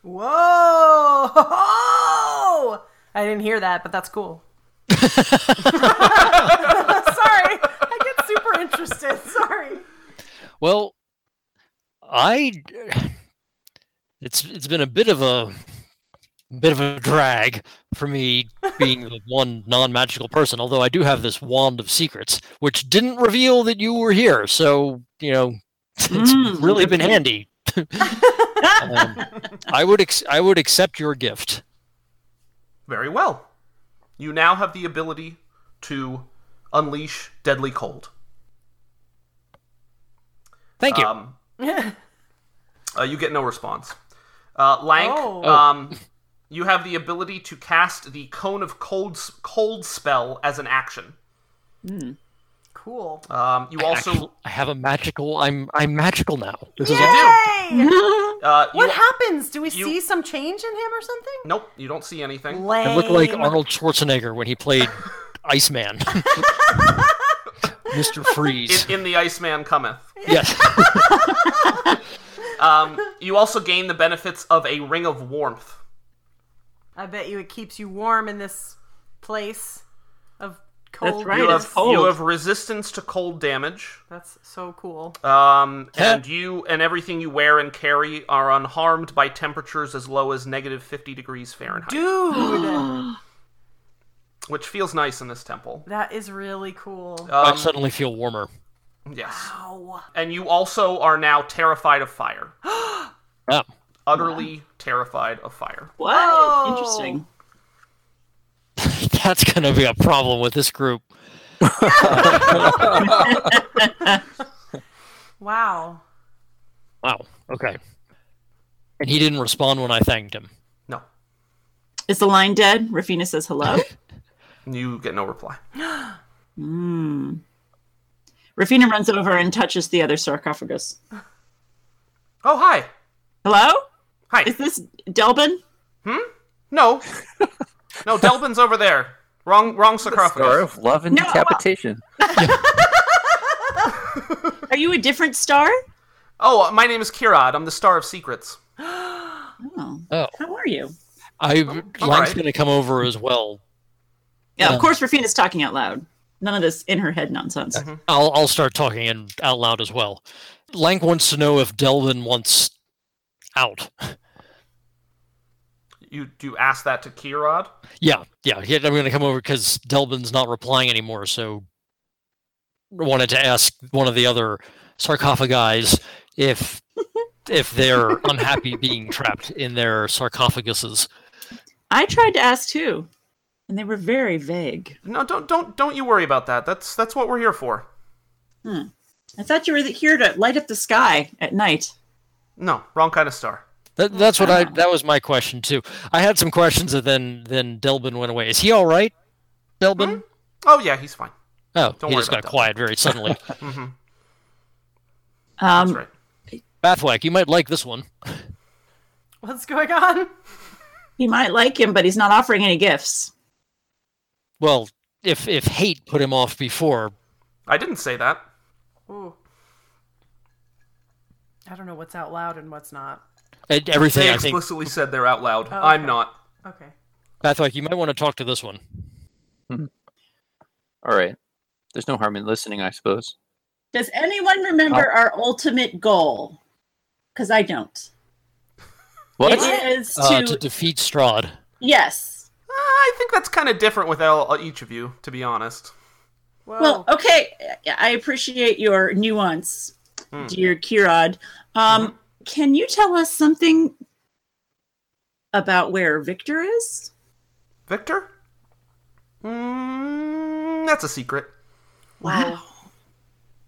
S3: Whoa! [laughs] I didn't hear that, but that's cool. [laughs] Sorry, I get super interested. Sorry.
S2: Well, I. It's it's been a bit of a bit of a drag for me being the one non-magical person. Although I do have this wand of secrets, which didn't reveal that you were here. So you know, [laughs] it's
S4: Mm,
S2: really been handy. [laughs] Um, I would ex- I would accept your gift.
S5: Very well. You now have the ability to unleash deadly cold.
S2: Thank you.
S5: Um, uh, you get no response. Uh, Lank,
S3: Oh.
S5: um, you have the ability to cast the Cone of Cold, s- cold spell as an action.
S3: Cool.
S5: Um, you also.
S2: Actually, I have a magical. I'm I'm magical now. This is
S4: Mm-hmm.
S3: Yay!
S5: uh, you,
S3: What happens? Do we
S5: you-
S3: see some change in him or something?
S5: Nope, you don't see anything.
S3: Lame.
S2: I look like
S3: Um,
S2: Arnold Schwarzenegger when he played Iceman. Mr. Freeze.
S5: In, in the Iceman cometh.
S2: Yes.
S5: Um, you also gain the benefits of a Ring of Warmth.
S3: I bet you it keeps you warm in this place of cold.
S4: That's right,
S5: You
S4: it's
S5: have,
S4: cold.
S5: you have resistance to cold damage.
S3: That's so cool.
S5: Um,
S2: Yeah.
S5: and you and everything you wear and carry are unharmed by temperatures as low as negative 50 degrees Fahrenheit,
S3: Dude,
S5: which feels nice in this temple.
S3: that is really cool.
S2: I
S5: Um,
S2: suddenly feel warmer.
S5: yes.
S3: Ow.
S5: And you also are now terrified of fire.
S2: Yeah.
S5: Utterly terrified of fire.
S4: What?
S3: Oh.
S4: Interesting.
S2: That's going to be a problem with this group.
S3: Wow.
S2: Wow. Okay. And he didn't respond when I thanked him.
S5: No.
S4: Is the line dead? Rafina says [laughs] hello.
S5: You get no reply.
S4: Hmm. Rafina runs over and touches the other sarcophagus.
S5: Oh, hi.
S4: Hello?
S5: Hi.
S4: Is this Delbin?
S5: No. no, Delvin's over there. Wrong wrong
S7: Star
S5: sarcophagus.
S7: of love and
S4: No, uh, well-
S7: decapitation.
S4: Are you a different star?
S5: Oh, uh, my name is Kirad. I'm the Star of Secrets.
S4: Oh.
S2: Oh.
S4: How are you?
S2: I Lang's
S5: alright.
S2: going to come over as well.
S4: Yeah,
S2: Yeah.
S4: of course Rafina's talking out loud. None of this in her head nonsense.
S2: I'll I'll start talking in, out loud as well. Lang wants to know if Delvin wants out.
S5: You do ask that to Kirad?
S2: Yeah, yeah. he- I'm going to come over because Delbin's not replying anymore. So I wanted to ask one of the other sarcophagi
S5: [laughs]
S2: if if they're unhappy being trapped in their sarcophaguses.
S4: I tried to ask too, and they were very vague.
S5: No, don't don't don't you worry about that. That's that's what we're here for.
S4: I thought you were here to light up the sky at night.
S5: No, wrong kind of star.
S2: That, that's what I. That was my question too. I had some questions, and then then Delbin went away. Is he all right, Delbin?
S5: Oh yeah, he's fine.
S2: Oh,
S5: Don't
S2: he
S5: worry
S2: just got
S5: about Delbin.
S2: quiet very suddenly.
S5: That's
S4: Um,
S5: right.
S2: Bathwack, you might like this one.
S3: What's going on?
S4: He might like him, but he's not offering any gifts.
S2: Well, if if hate put him off before,
S5: I didn't say that.
S3: Ooh. I don't know what's out loud and what's not.
S2: and everything.
S5: They
S2: I think
S5: explicitly said they're out loud.
S3: Oh, okay.
S5: I'm not.
S3: Okay.
S2: Bathwack, you might want to talk to this one.
S7: All right. There's no harm in listening, I suppose.
S4: Does anyone remember our ultimate goal? Because I don't.
S7: What?
S4: It is to,
S2: Uh, to defeat Strahd. [laughs]
S4: yes.
S5: Uh, I think that's kind of different with el- each of you, to be honest.
S3: Whoa.
S4: Well, okay. I appreciate your nuance, dear Kirad. Um, Can you tell us something about where Victor is?
S5: Victor? Mm, that's a secret.
S4: Wow.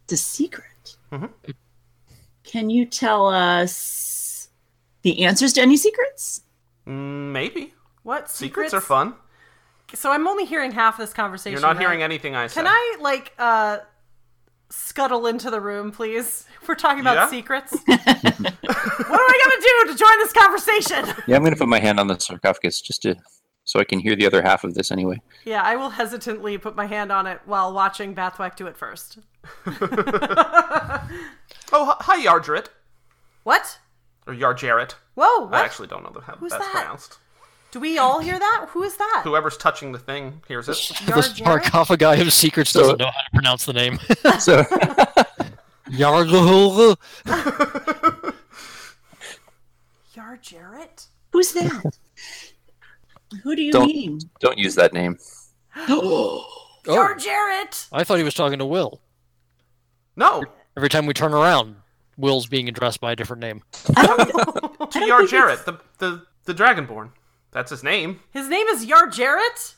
S4: It's a secret.
S3: Mm-hmm.
S4: Can you tell us the answers to any secrets?
S5: Mm, maybe.
S3: what
S5: Secrets,
S3: secrets?
S5: are fun.
S3: So I'm only hearing half this conversation.
S5: You're not
S3: right?
S5: hearing anything I said.
S3: Can I like uh scuttle into the room, please? [laughs] We're talking about
S5: Yeah? [laughs]
S3: secrets. what am I gonna do to join this conversation? [laughs]
S7: Yeah, I'm going to put my hand on the sarcophagus just to so I can hear the other half of this anyway.
S4: [laughs]
S3: yeah, I will hesitantly put my hand on it while watching Bathwack do it first.
S5: Oh, hi, hi, Yarjaret.
S3: What?
S5: Or Yarjaret.
S3: Whoa! What?
S5: I actually don't know the- how that's
S3: that?
S5: pronounced.
S3: do we all hear that? Who is that?
S5: Whoever's touching the thing hears it.
S3: [laughs]
S2: the
S3: Yar Jarrett?
S2: sarcophagi of secrets
S7: So-
S2: doesn't know how to pronounce the name. [laughs]
S7: So [laughs]
S2: Yargul.
S3: Yar Jarrett?
S4: Who's that?
S3: [laughs]
S4: Who do you
S7: Don't-
S4: mean?
S7: don't use that name.
S3: Yar Jarrett!
S2: I thought he was talking to Will.
S5: No,
S2: Every time we turn around, Will's being addressed by a different name.
S4: I don't, I
S5: to
S4: don't think it's-
S5: Yarjaret, the, the, the Dragonborn. That's his name.
S3: His name is Yar Jarrett?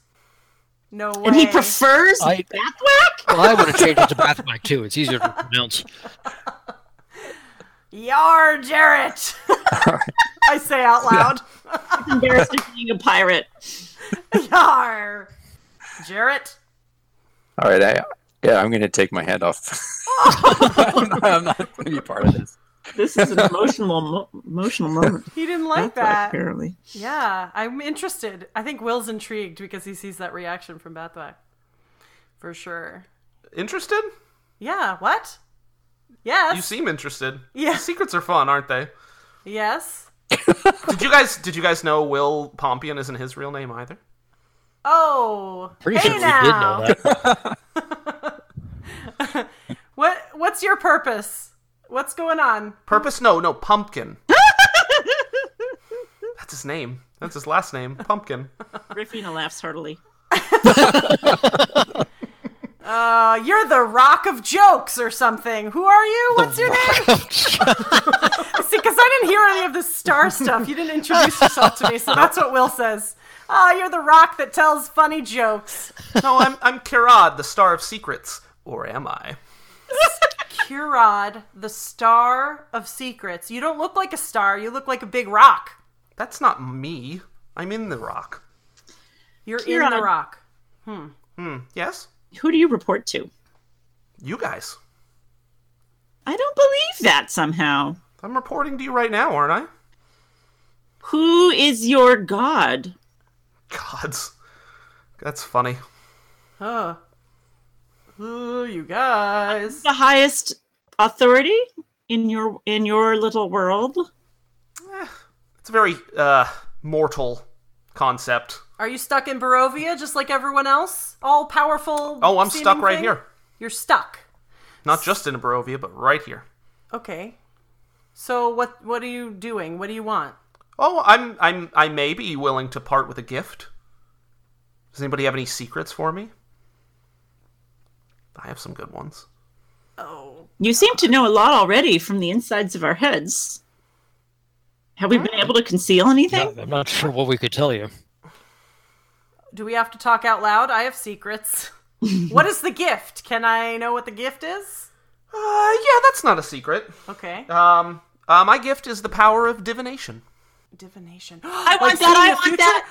S3: No way.
S4: And he prefers
S2: I-
S4: Bathwack?
S2: Well, I would have changed it to Bathwack too. It's easier to pronounce.
S3: Yar
S2: [laughs]
S3: Jarrett! I say out loud.
S4: Embarrassed of being a pirate.
S3: [laughs] Yar Jarrett?
S7: All right, I yeah, I'm going to take my
S4: [laughs]
S7: hand off. [laughs] I'm not, going to be part of this.
S4: This is an emotional mo- emotional moment.
S3: He didn't like
S4: Bathwack,
S3: that.
S4: apparently.
S3: Yeah, I'm interested. I think Will's intrigued because he sees that reaction from Bathwack. For sure.
S5: Interested?
S3: Yeah, what?
S5: You
S3: Yes.
S5: seem interested.
S3: Yeah.
S5: Secrets are fun, aren't they?
S3: Yes.
S5: Did you guys did you guys know Will Pompion isn't his real name either?
S3: Oh.
S2: Pretty
S3: hey
S2: sure
S3: now.
S2: we did know that.
S3: What what's your purpose? What's going on?
S5: Purpose? No, no, Pumpkin. That's his name. That's his last name, Pumpkin.
S4: Riffina laughs heartily.
S3: Uh, you're the rock of jokes or something. Who are you? What's your name? [laughs] See, because I didn't hear any of this star stuff. You didn't introduce yourself to me,
S5: [laughs]
S3: so that's what Will says. Ah, you're the rock that tells funny jokes.
S5: No, I'm I'm Kirad, the Star of Secrets. Or am I?
S3: Curod, the star of secrets. You don't look like a star. You look like a big rock.
S5: That's not me. I'm in the rock.
S3: You're in the
S4: Curod.
S3: rock.
S5: Yes?
S4: Who do you report to?
S5: You guys.
S4: I don't believe that somehow.
S5: I'm reporting to you right now, aren't I?
S4: Who is your god?
S5: Gods. That's funny.
S3: Huh. Ooh, you guys.
S4: The highest authority in your in your little world?
S5: It's a very uh mortal concept.
S3: Are you stuck in Barovia just like everyone else? All powerful.
S5: Oh, I'm stuck
S3: seeming
S5: right
S3: thing?
S5: here.
S3: You're stuck.
S5: Not just in Barovia, but right here.
S3: Okay. So what what are you doing? What do you want?
S5: Oh, I'm I'm I may be willing to part with a gift. Does anybody have any secrets for me? I have some good ones.
S3: Oh.
S4: You seem to know a lot already from the insides of our heads. Have we been able to conceal anything?
S2: I'm not sure what we could tell you.
S3: Do we have to talk out loud? I have
S4: [laughs]
S3: secrets. what is the gift? Can I know what the gift is?
S5: Uh, yeah, that's not a secret.
S3: Okay.
S5: Um, uh, my gift is the power of divination.
S3: Divination.
S4: [gasps] I
S3: [gasps]
S4: want that, I want that.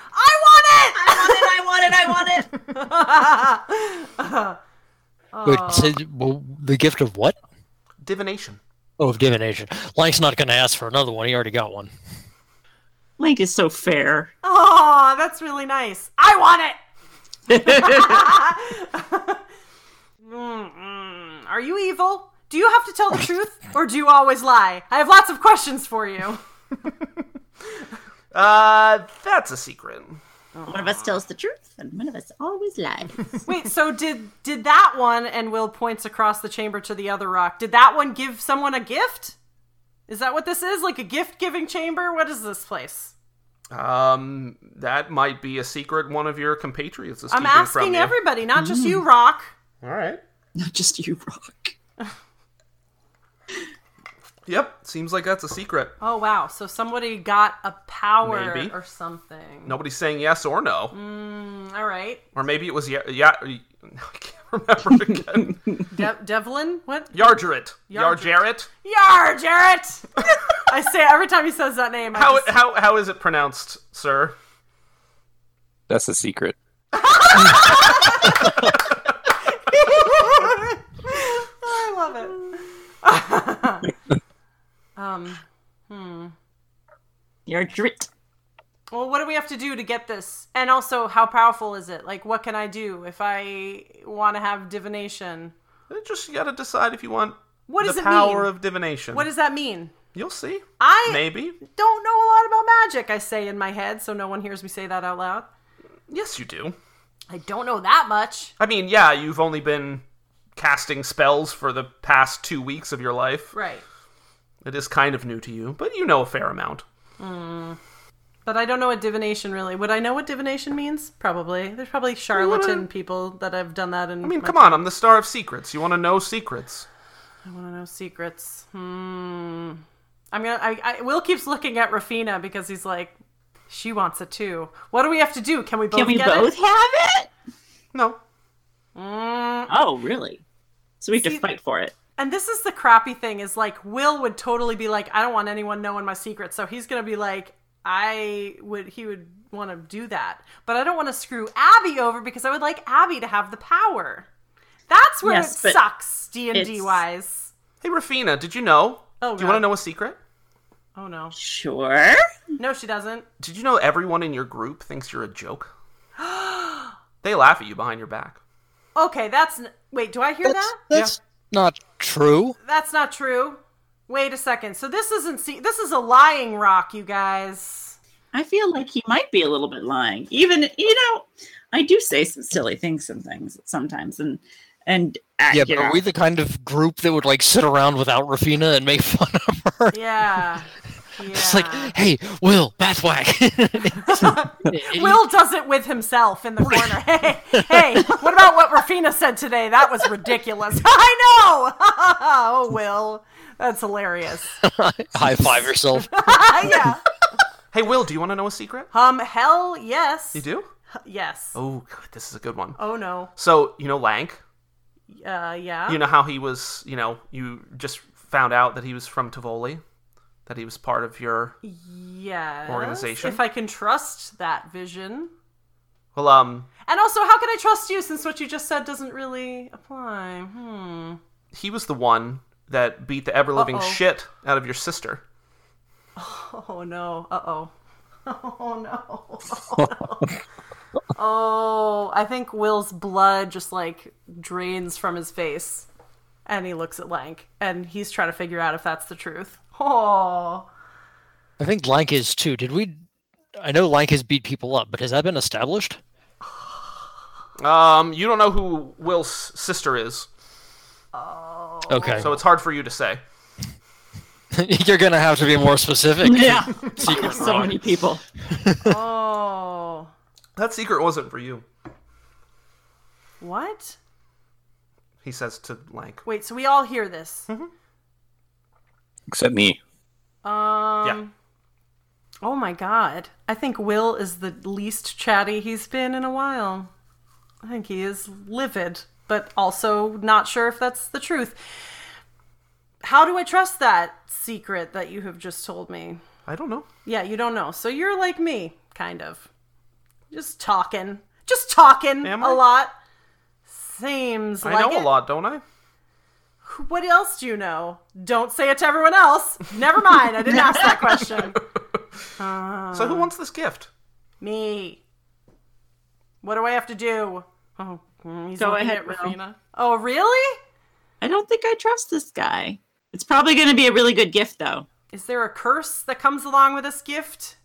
S3: I want it!
S4: I want it, I want it, I want it.
S2: Wait, so- well, the gift of what?
S5: Divination.
S2: Oh, of divination. Lank's not going to ask for another one. He already got one.
S4: Link is so fair.
S3: Oh, that's really nice. I want it!
S4: [laughs]
S3: Mm-mm. Are you evil? Do you have to tell the truth or do you always lie? I have lots of questions for you.
S5: Uh, that's a secret.
S4: Oh, One of us tells the truth, and one of us always lies.
S3: Wait, so did did that one and Will points across the chamber to the other rock. Did that one give someone a gift? Is that what this is? Like a gift-giving chamber? What is this place?
S5: Um, that might be a secret one of your compatriots is
S3: I'm
S5: keeping from
S3: asking
S5: you. Mm.
S3: everybody, not just you, Rock.
S5: All right.
S4: [laughs] Not just you, Rock.
S5: Yep. Seems like that's a secret.
S3: Oh wow, so somebody got a power
S5: Maybe.
S3: or something.
S5: Nobody's saying yes or no.
S3: All
S5: [laughs]
S3: right.
S5: Or maybe it was yeah. yeah [laughs] I can't remember
S3: [laughs]
S5: again.
S3: De- Devlin? What?
S5: Yarjaret.
S3: Yarjaret.
S5: Yarjaret.
S3: Yar, Jarrett! [laughs] I say it every time he says that name. I
S5: How, [laughs]
S3: just- [laughs]
S5: how, how is it pronounced, sir?
S7: That's a secret.
S3: I love it. um, hmm.
S4: You're drit.
S3: Well, what do we have to do to get this? And also, how powerful is it? Like, what can I do if I want to have divination?
S5: Just you got to decide if you want
S3: What does
S5: the
S3: it
S5: power
S3: mean?
S5: of divination.
S3: What does that mean?
S5: You'll see.
S3: I
S5: Maybe.
S3: don't know a lot about magic. I say in my head, so no one hears me say that out loud.
S5: Yes, you do.
S3: I don't know that much.
S5: I mean, yeah, you've only been casting spells for the past two weeks of your life.
S3: Right.
S5: It is kind of new to you, but you know a fair amount.
S3: But I don't know what divination really. Would I know what divination means? Probably. There's probably charlatan people that have done that. And
S5: Mm. I mean, come on, I'm the star of secrets. You want to know secrets.
S3: I want to know secrets. Hmm. I'm gonna. I, I Will keeps looking at Rafina because he's like, she wants it too. What do we have to do? Can we both
S4: Can we
S3: get
S4: both
S3: it?
S4: have it?
S5: No.
S3: Mm.
S4: Oh, really? So we have
S3: See-
S4: to fight for it.
S3: And this is the crappy thing is like Will would totally be like, I don't want anyone knowing my secret. So he's gonna be like, I would. He would want to do that, but I don't want to screw Abby over because I would like Abby to have the power. That's where
S4: Yes,
S3: it
S4: but
S3: sucks, D and D
S4: it's-
S3: wise.
S5: Hey, Rafina, did you know?
S3: Oh,
S5: do you
S3: God.
S5: want to know a secret?
S3: Oh no,
S4: Sure.
S3: no, she
S4: [gasps]
S3: doesn't. [gasps]
S5: Did you know everyone in your group thinks you're a joke? they laugh at you behind your back.
S3: Okay, that's n- wait. Do I hear
S2: That's,
S3: that?
S2: that's not true.
S3: That's not true. Wait a second. So this isn't see this is a lying rock, you guys.
S4: I feel like he might be a little bit lying. Even you know, I do say some silly things some things sometimes and and uh, act
S2: Yeah,
S4: it
S2: but are
S4: out.
S2: we the kind of group that would like sit around without Rafina and make fun of her?
S3: Yeah. yeah.
S2: [laughs] It's like, hey, Will, Bathwack.
S3: Will does it with himself in the corner. Hey, hey, what about what Rafina said today? That was ridiculous. [laughs] I know. oh, Will. That's hilarious.
S2: [laughs]
S3: [laughs]
S2: high five yourself.
S3: yeah.
S5: Hey, Will, do you want to know a secret?
S3: Um, hell yes.
S5: You do?
S3: Yes. Oh,
S5: Oh, God, this is a good one.
S3: no.
S5: So, you know Lank?
S3: Uh, yeah.
S5: You know how he was, you know, you just found out that he was from Tivoli? That he was part of your.
S3: yes.
S5: Organization?
S3: If I can trust that vision.
S5: Well, um,
S3: And also, how can I trust you since what you just said doesn't really apply? Hmm.
S5: he was the one that beat the ever living
S3: Uh-oh.
S5: shit out of your sister.
S3: Oh no. Uh oh. [laughs] Oh no. [laughs] oh, I think Will's blood just like drains from his face. And he looks at Lank and he's trying to figure out if that's the truth. Oh.
S2: I think Lank is too. Did we? I know Lank has beat people up, but has that been established?
S5: Um, you don't know who Will's sister is,
S2: Okay,
S5: so it's hard for you to say.
S2: [laughs] you're gonna have to be more specific.
S4: Yeah.
S2: [laughs] Secret
S4: so
S2: rock.
S4: many people.
S3: Oh.
S5: That secret wasn't for you,
S3: what?
S5: he says to Lank.
S3: Wait, so we all hear this.
S7: Except me.
S3: Um
S5: Yeah.
S3: Oh my god. I think Will is the least chatty he's been in a while. I think he is livid, but also not sure if that's the truth. How do I trust that secret that you have just told me?
S5: I don't know.
S3: Yeah, you don't know. So you're like me, kind of. Just talking. Just talking
S5: Am
S3: a
S5: I?
S3: lot. Seems
S5: I
S3: like
S5: know
S3: it.
S5: a lot, don't I?
S3: What else do you know? Don't say it to everyone else. Never mind. I didn't ask that
S5: [laughs]
S3: question.
S5: so who wants this gift?
S3: Me. What do I have to do? Oh, mm, he's
S4: Go
S3: looking
S4: ahead,
S3: at
S4: Will.
S3: Rafina. Oh, really?
S4: I don't think I trust this guy. It's probably going to be a really good gift, though.
S3: Is there a curse that comes along with this gift?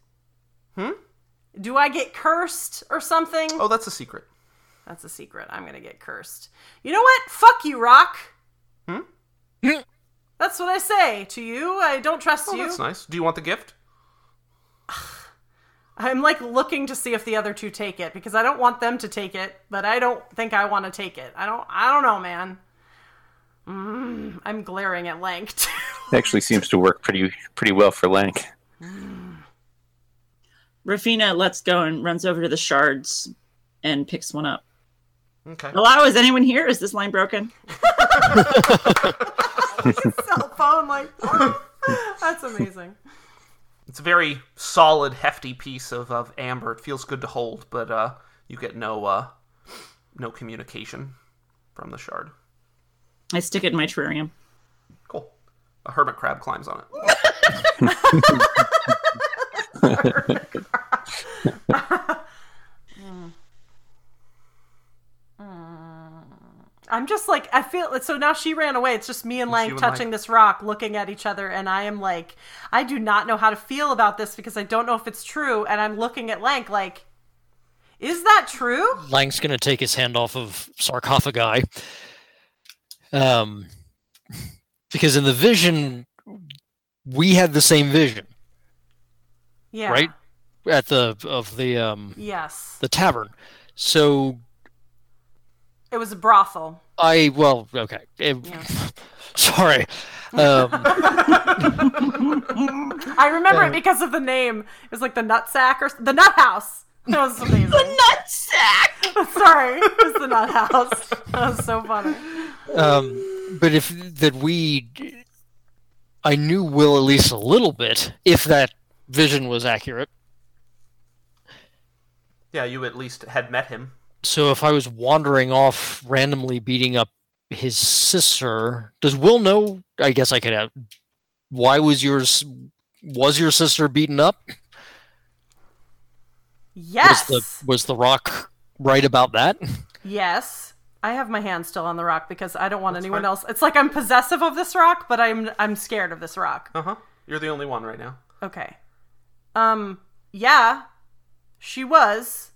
S5: Hmm?
S3: Do I get cursed or something?
S5: Oh, that's a secret.
S3: That's a secret. I'm gonna get cursed. You know what? Fuck you, Rock.
S5: Hmm?
S3: That's what I say to you. I don't trust
S5: Oh,
S3: you.
S5: that's nice. Do you want the gift?
S3: I'm like looking to see if the other two take it because I don't want them to take it, but I don't think I want to take it. I don't. I don't know, man. Mm, I'm glaring at Lank. [laughs] too.
S7: It actually seems to work pretty pretty well for Lank.
S4: Rafina lets go and runs over to the shards and picks one up.
S5: Okay.
S4: Hello, is anyone here? Is this line broken?
S3: Cell phone, like [laughs] that's amazing.
S5: It's a very solid, hefty piece of, of amber. It feels good to hold, but uh, you get no uh, no communication from the shard.
S4: I stick it in my terrarium.
S5: Cool. A hermit crab climbs on it.
S3: I'm just like I feel so now she ran away. It's just me and Lang
S5: you and
S3: touching
S5: Lang.
S3: this rock, looking at each other, and I am like, I do not know how to feel about this because I don't know if it's true, and I'm looking at Lang like, is that true?
S2: Lang's going to take his hand off of sarcophagi. Um, because in the vision, we had the same vision
S3: Yeah.
S2: Right? at the of the um
S3: Yes.
S2: the tavern. So
S3: It was a brothel.
S2: I well okay. Eh, [laughs] sorry. Um,
S3: I remember it because of the name. It was like the Nut Sack or s- the Nut House. That was amazing. [laughs]
S4: Nutsack!
S3: Sorry, it was the Nut House. That was so funny.
S2: um, but if that we, I knew Will at least a little bit if that vision was accurate.
S5: Yeah, you at least had met him.
S2: So if I was wandering off randomly beating up his sister, does Will know? I guess I could have. Why was yours? Was your sister beaten up?
S3: Yes.
S2: Was the was the rock right about that?
S3: Yes. I have my hand still on the rock because I don't want anyone
S5: fine.
S3: else. It's like I'm possessive of this rock, but I'm I'm scared of this rock.
S5: Uh huh. You're the only one right now.
S3: Okay. Um yeah. She was.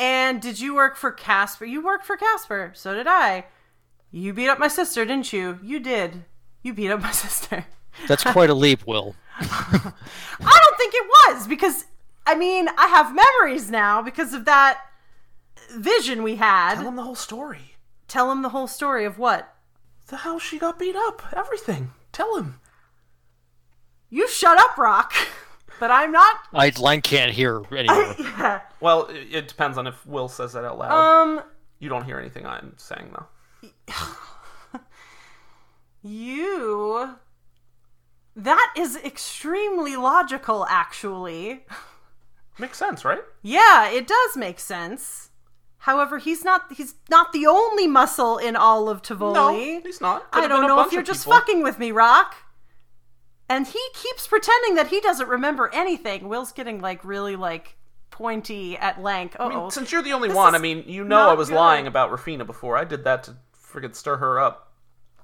S3: And did you work for Casper? You worked for Casper. So did I. You beat up my sister, didn't you? You did. You beat up my [laughs] sister.
S2: That's quite a leap, Will.
S3: I don't think it was because I mean, I have memories now because of that vision we had.
S5: Tell him the whole story.
S3: Tell him the whole story of what?
S5: The how she got beat up. Everything. Tell him.
S3: You shut up, Rock. [laughs] But I'm not.
S5: [laughs]
S2: I Lang can't hear anymore.
S3: Yeah.
S5: Well, it, it depends on if Will says that out loud.
S3: Um,
S5: you don't hear anything I'm saying though.
S3: you. That is extremely logical, actually.
S5: Makes sense, right?
S3: Yeah, it does make sense. However, he's not he's not the only muscle in all of Tivoli.
S5: No, he's not. Could
S3: I
S5: have been
S3: don't
S5: a
S3: know if
S5: bunch
S3: you're
S5: of
S3: just
S5: people.
S3: fucking with me, Rock. And he keeps pretending that he doesn't remember anything. Will's getting like really like pointy at Lank. Oh,
S5: I mean, since you're the only
S3: This
S5: one, I
S3: is
S5: mean, you know I
S3: not
S5: was
S3: good.
S5: lying about Rafina before. I did that to friggin' stir her up.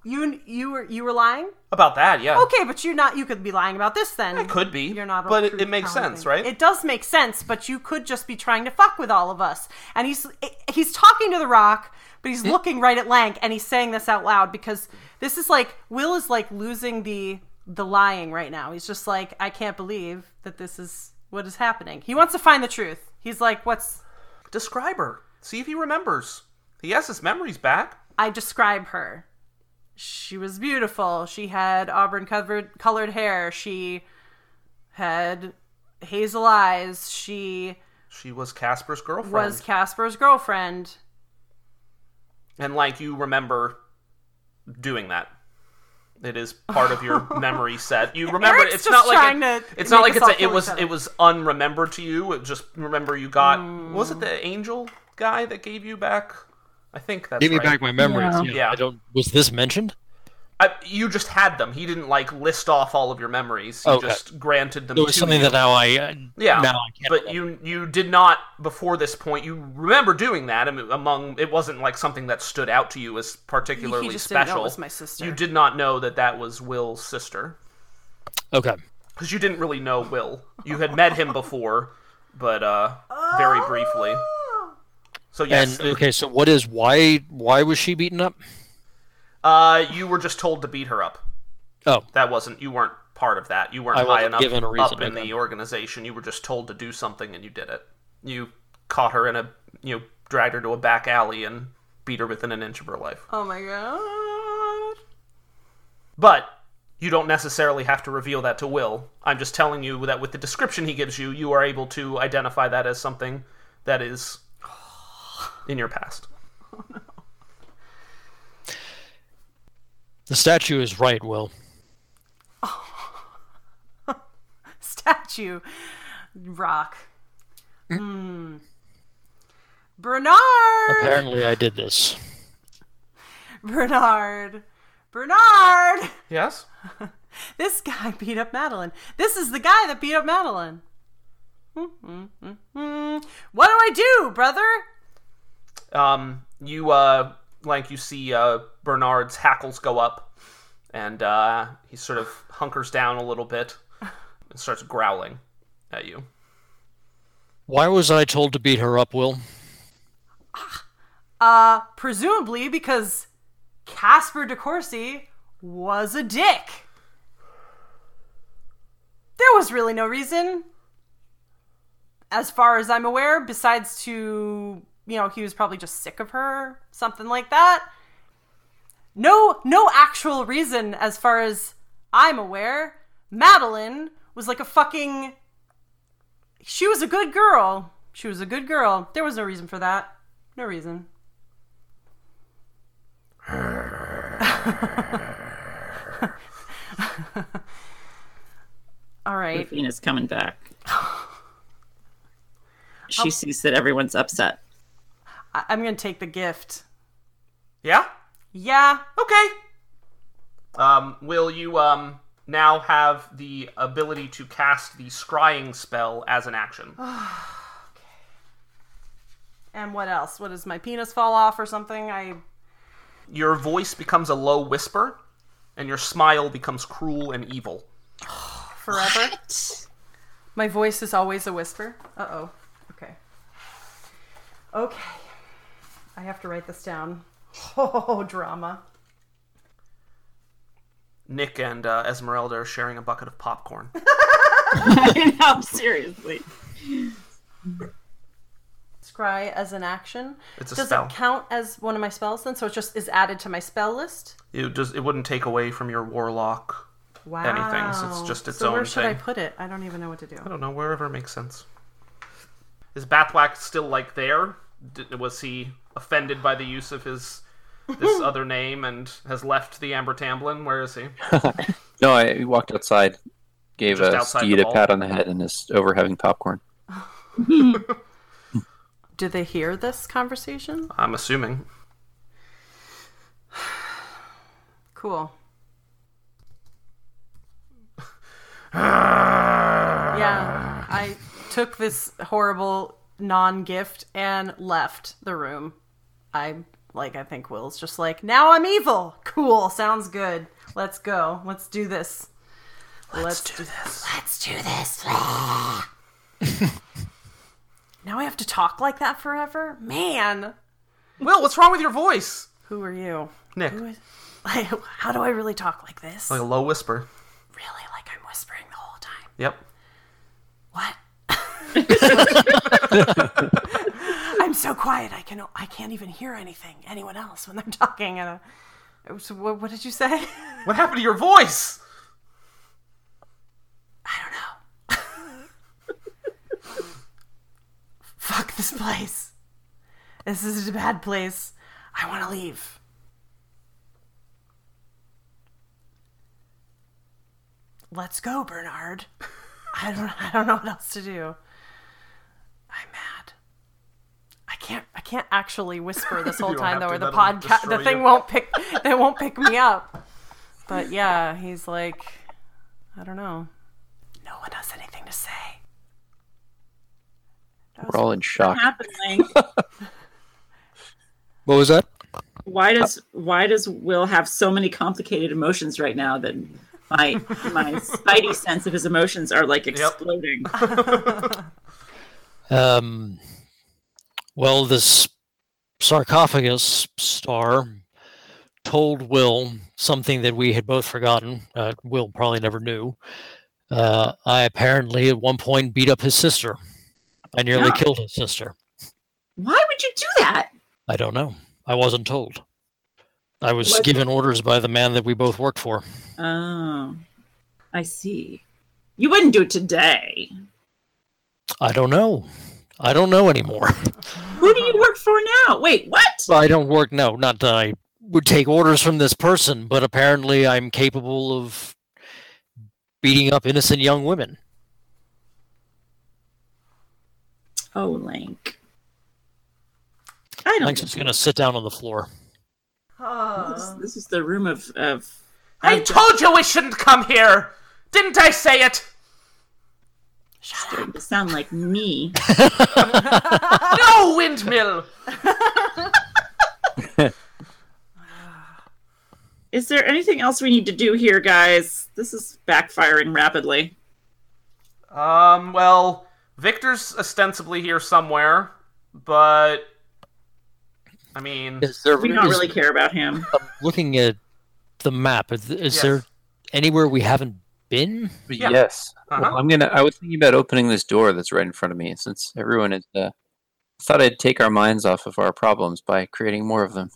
S3: you you were you were lying.
S5: About that, yeah.
S3: Okay, but you not you could be lying about this then.
S5: It could be.
S3: You're not. a
S5: But it,
S3: truth
S5: it makes
S3: teller, I
S5: sense,
S3: think.
S5: right?
S3: It does make sense, but you could just be trying to fuck with all of us. And he's he's talking to the Rock, but he's looking right at Lank, and he's saying this out loud because this is like Will is like losing the the lying right now. He's just like, I can't believe that this is what is happening. He wants to find the truth. He's like, what's
S5: Describe her. See if he remembers. He has his memories back.
S3: I describe her. She was beautiful. She had auburn covered colored hair. She had hazel eyes. She
S5: She was Casper's girlfriend.
S3: was Casper's girlfriend.
S5: and like you remember doing that. It is part
S3: [laughs]
S5: of your memory set. You remember
S3: Eric's
S5: it's
S3: just
S5: not like
S3: trying
S5: it-
S3: to
S5: it's not
S3: make
S5: like
S3: us all
S5: it's a, it
S3: kill
S5: was
S3: each other.
S5: it was unremembered to you. It just remember you got
S3: Mm.
S5: was it the angel guy that gave you back? I think that's
S2: Give me
S5: right.
S2: back my memories. Yeah.
S5: Yeah.
S2: I don't. Was this mentioned?
S5: I, you just had them. He didn't like list off all of your memories. He
S2: Okay.
S5: just granted them
S2: There was
S5: to
S2: something
S5: you.
S2: that now I. Uh,
S5: Yeah,
S2: Now I can't.
S5: but you you did not before this point. You remember doing that am- among it wasn't like something that stood out to you as particularly
S3: he just
S5: special.
S3: didn't know it was my sister.
S5: You did not know that that was Will's sister
S2: okay.
S5: because you didn't really know Will. You had met him before, but uh, very
S3: Oh!
S5: briefly. So yes,
S2: And okay, so what is why? Why was she beaten up?
S5: uh, you were just told to beat her up.
S2: Oh,
S5: That wasn't you weren't part of that. You weren't
S2: I
S5: high
S2: wasn't
S5: enough
S2: given a reason,
S5: up in
S2: okay.
S5: the organization. You were just told to do something and you did it. You caught her in a you know, dragged her to a back alley and beat her within an inch of her life.
S3: Oh my god. [laughs]
S5: But you don't necessarily have to reveal that to Will. I'm just telling you that with the description he gives you, you are able to identify that as something that is in your past.
S2: the statue is right. Will
S3: Statue. Rock.
S5: Mm.
S3: Hmm. Bernard!
S2: apparently I did this.
S3: Bernard. Bernard!
S5: Yes?
S3: This guy beat up Madeline. This is the guy that beat up Madeline. Mm-mm-mm-mm. What do I do, brother?
S5: Um, you, uh, like, you see uh, Bernard's hackles go up, and uh, he sort of hunkers down a little bit and starts growling at you.
S2: Why was I told to beat her up, Will?
S3: Uh, presumably because Casper De Courcy was a dick. There was really no reason, as far as I'm aware, besides to, you know, he was probably just sick of her, something like that. No, no actual reason, as far as I'm aware. Madeline was like a fucking. She was a good girl. She was a good girl. There was no reason for that. No reason. [laughs] All right.
S4: Athena's coming [sighs] back. She sees that everyone's upset.
S3: I- I'm going to take the gift.
S5: Yeah?
S3: Yeah.
S5: Okay. Um, will you um, now have the ability to cast the scrying spell as an
S3: Oh,
S5: action?
S3: And what else? What does my penis fall off or something? I
S5: Your voice becomes a low whisper, and your smile becomes cruel and evil.
S3: forever. My voice is always a whisper. Uh oh. Okay. Okay. I have to write this down. [laughs] Oh, drama.
S5: Nick and uh, Esmeralda are sharing a bucket of [laughs] popcorn.
S4: [laughs] I know, seriously.
S3: Scry as an action.
S5: It's a
S3: Does
S5: spell.
S3: it count as one of my spells then? So it just is added to my spell list.
S5: It just it wouldn't take away from your warlock.
S3: Wow.
S5: Anything, so it's just its
S3: so Where
S5: own
S3: should I
S5: thing.
S3: put it? I don't even know what to do.
S5: I don't know wherever makes sense. Is Bathwack still like there? D- was he offended by the use of his this other name and has left the Amber Tamblin? Where is he?
S7: No, I he walked outside, gave
S5: Just
S7: a
S5: outside the
S7: steed a
S5: ball.
S7: pat on the head, and is over having popcorn.
S3: Do they hear this conversation?
S5: I'm assuming.
S3: [sighs] Cool. yeah, I took this horrible non-gift and left the room. I like I think Will's just like, "Now I'm evil." Cool, sounds good. Let's go. Let's do this. Let's, do this. Let's do this. [laughs] now I have to talk like that forever? Man.
S5: Will, what's wrong with your voice?
S3: Who are you?
S5: Nick,
S3: Who is- [laughs] Like, how do I really talk like this?
S5: like a low whisper.
S3: really like I'm whispering the whole time.
S5: Yep.
S3: What? [laughs] I'm so quiet. I can I can't even hear anything. Anyone else when they're talking. And uh, so what, what did you say? I
S5: What happened to your voice?
S3: don't know. Fuck this place. This is a bad place. I want to leave. Let's go, Bernard. [laughs] I don't I don't know what else to do. I'm mad. I can't I can't actually whisper
S5: [laughs]
S3: this whole
S5: You don't
S3: time
S5: have
S3: though
S5: to,
S3: or [laughs] the
S5: that'll
S3: podcast the
S5: destroy
S3: thing
S5: you.
S3: won't
S5: [laughs]
S3: pick they won't pick me up. But yeah, he's like I don't know. No one has anything to say.
S7: We're all in shock.
S4: Happening.
S2: What was that?
S4: Why does why does Will have so many complicated emotions right now that my my spidey sense of his emotions are like exploding?
S2: Um, well, this sarcophagus star told Will something that we had both forgotten. Uh, Will probably never knew. Uh, I apparently at one point beat up his sister. I nearly
S4: Yeah.
S2: killed his sister.
S4: Why would you do that?
S2: I don't know. I wasn't told. I was
S4: Was-
S2: given orders by the man that we both worked for.
S4: Oh, I see. You wouldn't do it today.
S2: I don't know. I don't know anymore. [laughs]
S4: Who do you work for now? Wait, what?
S2: I don't work. No, not that I would take orders from this person, but apparently I'm capable of beating up innocent young women.
S4: Oh, Link. I don't.
S2: Link's just going to sit down on the floor.
S4: This, this is the room of, of
S5: I told you we shouldn't come here! Didn't I say it?
S4: starting to sound like me.
S5: No windmill!
S4: Is there anything else we need to do here, guys? This is backfiring rapidly.
S5: [laughs] Um, well, Victor's ostensibly here somewhere, but. I mean.
S2: Is there?
S4: We don't
S2: is-
S4: really care about him.
S2: I'm looking at the map. Is, is
S5: Yes.
S2: there anywhere we haven't been?
S5: Yeah.
S7: Yes. Well,
S5: Uh-huh. [laughs]
S7: I'm gonna. I was thinking about opening this door that's right in front of me, and since everyone is. Uh, I thought I'd take our minds off of our problems by creating more of them.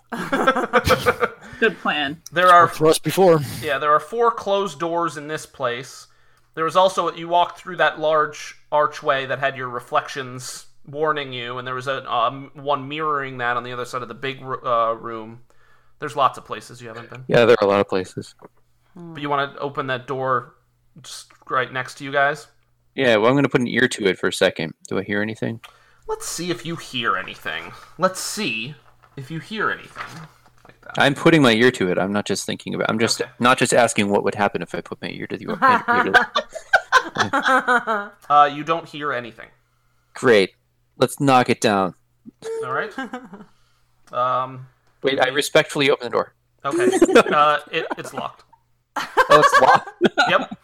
S4: Good plan.
S5: there are
S2: For us before.
S5: Yeah, there are four closed doors in this place. There was also you walked through that large archway that had your reflections warning you, and there was a um, one mirroring that on the other side of the big ro- uh, room. There's lots of places you haven't been,
S7: Yeah, there are a lot of places.
S5: but you want to open that door just right next to you guys.
S7: Yeah, well, I'm gonna put an ear to it for a second. Do I hear anything?
S5: Let's see if you hear anything. Let's see if you hear anything. Like that.
S7: I'm putting my ear to it. I'm not just thinking about. I'm just
S5: Okay.
S7: not just asking what would happen if I put my ear to the. ear to the
S3: [laughs]
S5: Uh, you don't hear anything.
S7: Great. Let's knock it down.
S5: All right. Um.
S7: Wait, I respectfully open the door.
S5: Okay. Uh, it, it's locked.
S7: [laughs] Oh, it's locked.
S5: Yep.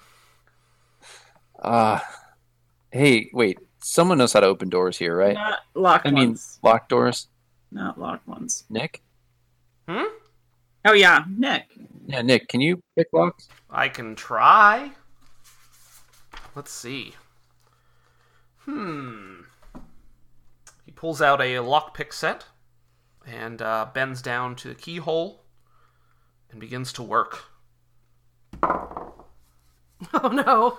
S7: Uh, hey, wait. Someone knows how to open doors here, right?
S4: Not locked
S7: I mean,
S4: ones.
S7: locked doors.
S4: Not locked ones.
S7: Nick.
S4: Oh yeah, Nick.
S7: Yeah, Nick. Can you pick locks?
S5: I can try. Let's see. Hmm. He pulls out a lockpick set and uh, bends down to the keyhole and begins to work.
S3: [laughs] Oh no.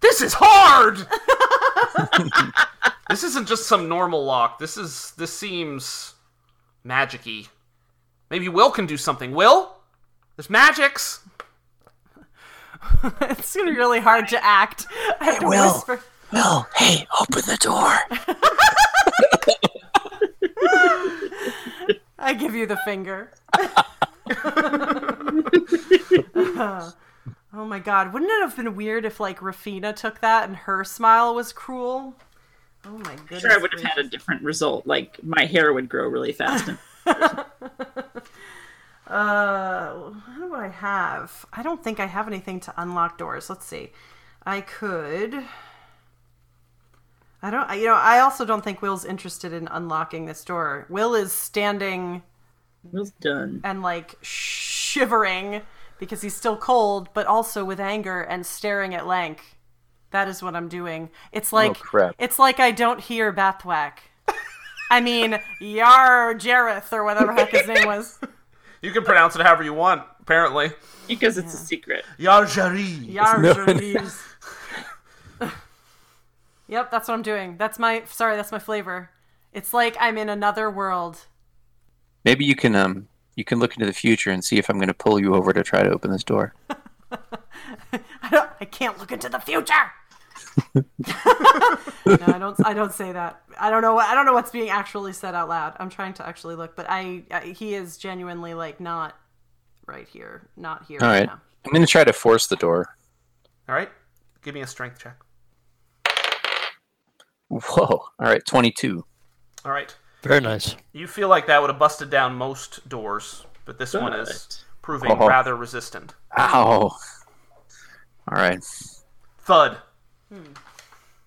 S5: This is hard. [laughs] this isn't just some normal lock. This is this seems magicy. Maybe Will can do something. Will, there's magics.
S3: [laughs] It's gonna be really hard to act. I have to
S7: Will.
S3: whisper.
S7: Well, hey, open the door.
S3: I give you the finger. [laughs] oh my god, wouldn't it have been weird if like Rafina took that and her smile was cruel? Oh my goodness.
S4: Sure, I would have had a different result. Like my hair would grow really fast. And
S3: Uh, what do I have? I don't think I have anything to unlock doors. Let's see. I could. I don't. I- You know, I also don't think Will's interested in unlocking this door. Will is standing
S4: it was done.
S3: and like shivering because he's still cold, but also with anger and staring at Lank. That is what I'm doing. It's like
S7: Oh, crap.
S3: it's like I don't hear Bathwack. I mean, Yar Jareth or whatever heck his name
S7: [laughs]
S3: was.
S5: You can pronounce it however you want. Apparently,
S4: Because it's a secret.
S5: Yarjari.
S3: Yar
S7: No.
S3: Jareth. Yep, that's what I'm doing. That's my sorry, that's my flavor. It's like I'm in another world.
S7: Maybe you can um you can look into the future and see if I'm going to pull you over to try to open this door.
S3: I, don't, I can't look into the
S7: [laughs]
S3: future. no, I don't. I don't say that. I don't know. what- I don't know what's being actually said out loud. I'm trying to actually look, but I, I he is genuinely like not right here, not here
S7: All
S3: right,
S7: right. I'm going to try to force the door.
S5: All right, give me a strength check.
S7: Whoa. All right, 22.
S5: All right.
S2: Very nice.
S5: You feel like that would have busted down most doors, but this one is proving
S7: Oh.
S5: rather resistant.
S7: Ow. All right.
S5: Thud.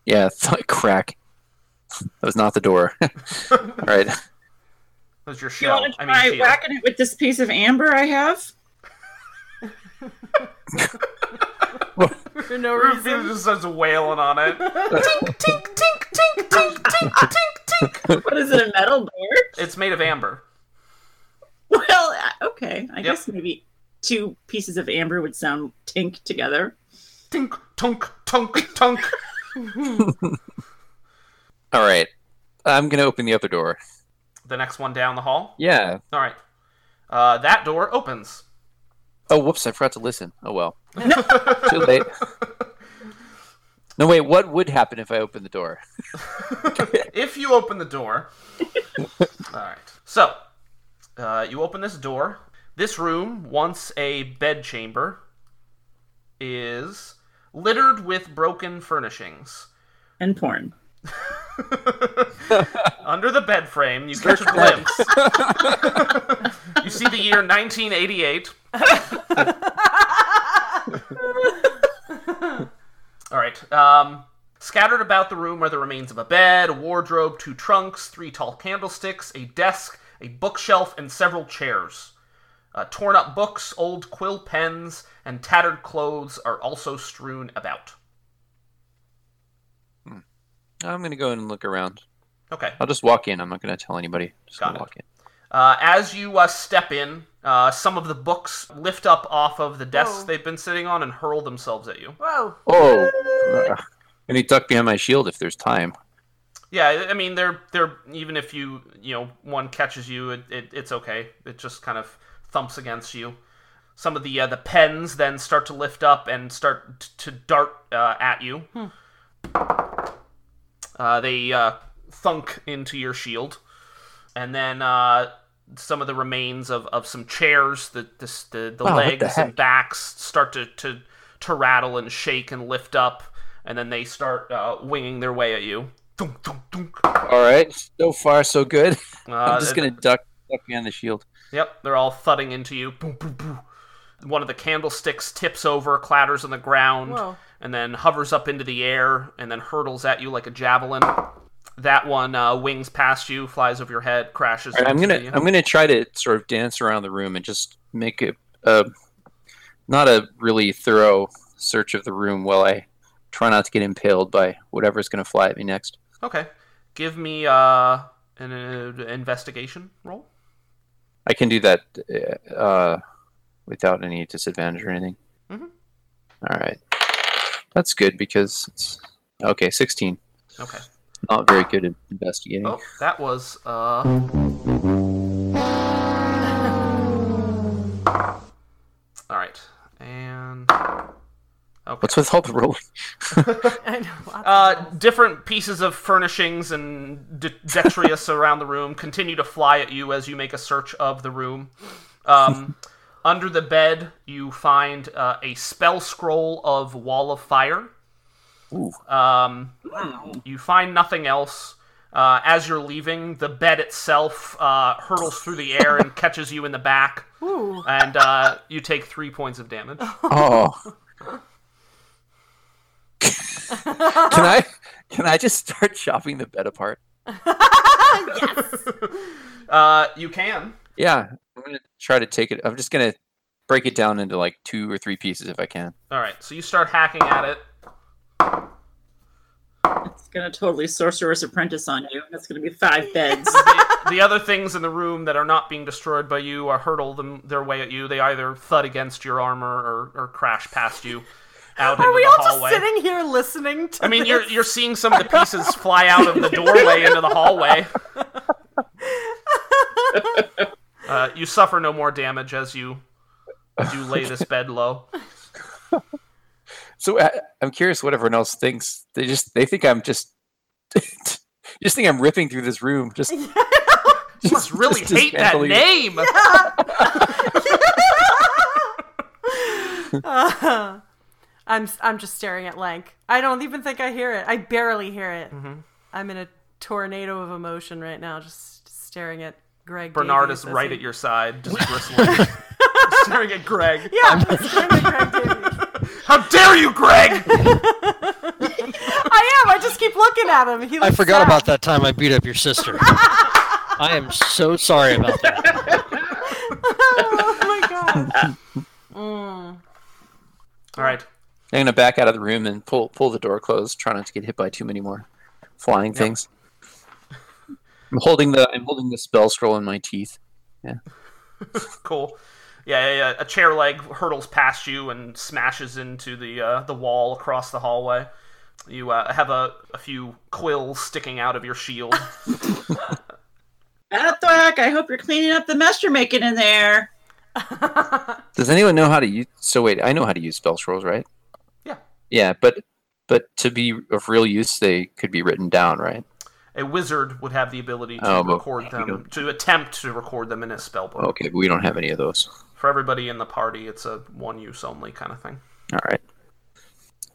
S7: Yeah, [laughs] th- crack. That was not the door. [laughs] All right.
S5: That's your
S4: You
S5: shell.
S4: want to
S5: I mean,
S4: try
S5: shield.
S4: whacking it with this piece of amber I have?
S3: now. For no
S5: It
S3: reason.
S5: just starts wailing on
S3: [laughs]
S5: it.
S4: What is it? A metal door?
S5: It's made of amber.
S4: [laughs] Well, I- okay. I guess maybe two pieces of amber would sound tink together.
S5: Tink, tunk, tunk, tunk.
S7: All right. I'm going to open the other door.
S5: The next one down the hall.
S7: Yeah.
S5: All right. Uh, that door [laughs] opens.
S7: Oh, whoops. I forgot to listen. Oh, well.
S5: [laughs]
S7: Too late. No, wait. What would happen if I opened the door?
S5: If you open the door. All right. So, Uh, you open this door. This room, once a bedchamber, is littered with broken furnishings.
S4: and porn.
S5: Under the bed frame, you catch a glimpse. you see the year 1988. All right. Um, scattered about the room are the remains of a bed, a wardrobe, two trunks, three tall candlesticks, a desk, a bookshelf, and several chairs. Uh, torn up books, old quill pens, and tattered clothes are also strewn about.
S7: I'm gonna go in and look around.
S5: Okay.
S7: I'll just walk in. I'm not gonna tell anybody. Just
S5: Got
S7: gonna
S5: it.
S7: walk in.
S5: Uh, as you uh, step in, uh, some of the books lift up off of the desks
S3: Whoa.
S5: they've been sitting on and hurl themselves at you.
S3: Whoa.
S7: Oh, Ugh. and he tucked behind my shield if there's time.
S5: Yeah, I- I mean they're they're even if you you know one catches you, it, it it's okay. It just kind of thumps against you. Some of the uh, the pens then start to lift up and start t- to dart uh, at you.
S7: Hmm.
S5: Uh, they uh, thunk into your shield, and then uh, some of the remains of, of some chairs, the the the, the
S7: Wow, what the
S5: legs and
S7: heck?
S5: backs start to, to to rattle and shake and lift up, and then they start uh, winging their way at you. Dunk, dunk, dunk.
S7: All right, so far so good.
S5: Uh,
S7: I'm just
S5: it-
S7: gonna duck, duck behind the shield.
S5: Yep, they're all thudding into you. Boom, boom, boom. One of the candlesticks tips over, clatters on the ground,
S3: Whoa.
S5: and then hovers up into the air and then hurtles at you like a javelin. That one uh, wings past you, flies over your head, crashes.
S7: All right, I'm
S5: into
S7: gonna,
S5: you.
S7: I'm gonna try to sort of dance around the room and just make a, a not a really thorough search of the room while I try not to get impaled by whatever's gonna fly at me next.
S5: Okay, give me uh, an uh, investigation roll.
S7: I can do that uh, without any disadvantage or anything.
S5: Mhm.
S7: All right, that's good because it's okay. Sixteen.
S5: Okay.
S7: Not very good at investigating.
S5: Oh, that was uh. [laughs] All right, and okay.
S7: What's with all the rolling?
S3: I know. lots of
S5: Uh,
S3: holes.
S5: different pieces of furnishings and de-
S7: [laughs]
S5: detritus around the room continue to fly at you as you make a search of the room.
S7: [laughs]
S5: Um, under the bed, you find uh, a spell scroll of Wall of Fire.
S7: Ooh.
S5: Um, You find nothing else. Uh, as you're leaving, the bed itself uh, hurtles through the air
S7: [laughs]
S5: and catches you in the back,
S3: Ooh.
S5: and uh, you take three points of damage.
S7: Oh. can
S3: [laughs]
S7: I can I just start [laughs] chopping the bed apart?
S5: [laughs] Uh, you can.
S7: Yeah, I'm gonna try to take it. I'm just gonna break it down into like two or three pieces if I can.
S5: All right, so you start hacking at it.
S4: It's gonna totally sorcerer's apprentice on you, and it's gonna be five beds. [laughs]
S5: the, the other things in the room that are not being destroyed by you are hurtle them their way at you. They either thud against your armor or, or crash past you out into
S3: Are we
S5: the
S3: all
S5: hallway.
S3: just sitting here listening to
S5: I mean,
S3: this?
S5: you're you're seeing some of the pieces fly out of the doorway into
S3: [laughs]
S5: the hallway. Uh, you suffer no more damage as you as you lay this bed low.
S7: So I, I'm curious what everyone else thinks. They just they think I'm just [laughs] just think I'm ripping through this room. Just
S5: You must really
S7: Just
S5: hate that
S7: dismantling-
S5: name.
S3: Uh, [laughs] I'm I'm just staring at Lank. I don't even think I hear it. I barely hear it.
S5: Mm-hmm.
S3: I'm in a tornado of emotion right now, just staring at Greg.
S5: Bernard
S3: Davies
S5: is
S3: as
S5: right
S3: he-
S5: at your side, just bristling, staring at Greg.
S3: Yeah,
S2: [laughs]
S3: I'm just staring at Greg Davies.
S5: How dare you, Greg?
S3: [laughs] I am. I just keep looking at him. He
S2: I
S3: looks
S2: forgot
S3: sad. [laughs]
S2: about that time I beat up your
S4: [laughs]
S2: sister. I am so sorry about that.
S3: oh my god.
S2: [laughs]
S3: Mm,
S5: All right.
S7: I'm gonna back out of the room and pull pull the door closed. Try not to get hit by too many more flying things. I'm holding the I'm holding the spell scroll in my teeth.
S5: Cool. Yeah, yeah, yeah. A chair leg hurtles past you and smashes into the uh, the wall across the hallway. You uh, have a, a few quills sticking out of your shield.
S4: Athwack, I hope you're cleaning up the mess you're making in there.
S7: Does anyone know how to use? So wait, I know how to use spell scrolls, right?
S5: Yeah.
S7: Yeah, but but to be of real use, they could be written down, right?
S5: a wizard would have the ability to
S7: Oh, but
S5: record
S7: we
S5: them,
S7: don't- Oh.
S5: to attempt to record them in his spell book.
S7: Okay, but we don't have any of those.
S5: For everybody in the party, it's a one use only kind of thing.
S7: All right.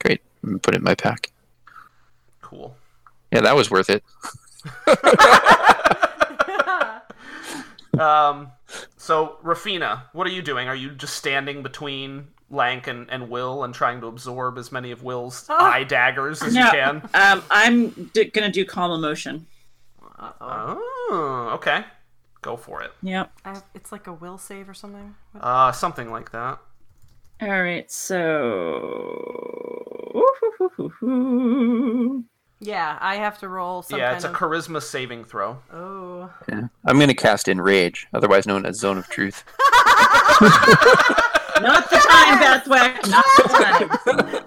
S7: Great. I'm gonna put it in my pack.
S5: Cool.
S7: Yeah, that was worth it.
S5: Um, so, Rafina, what are you doing? Are you just standing between Lank and, and Will and trying to absorb as many of Will's
S3: Oh.
S5: eye daggers as you
S4: No.
S5: can?
S4: Um, I'm d- gonna do calm emotion.
S3: Uh-oh.
S5: Oh, okay. Go for it.
S4: Yep.
S3: I have- it's like a will save or something. What-
S5: Uh, something like that.
S4: All right. So.
S3: Yeah, I have to roll some
S5: yeah,
S3: kind
S5: it's a
S3: of.
S5: charisma saving throw.
S3: oh.
S7: Yeah. I'm gonna cast Enrage, otherwise known as Zone of Truth.
S4: Not the time, Bethwick. Not the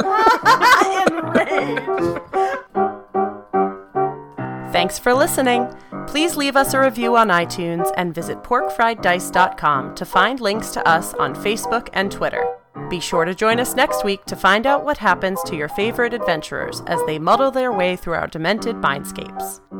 S3: [laughs]
S4: time.
S3: Thanks for listening. Please leave us a review on iTunes and visit porkfrieddice.com to find links to us on Facebook and Twitter. Be sure to join us next week to find out what happens to your favorite adventurers as they muddle their way through our demented mindscapes.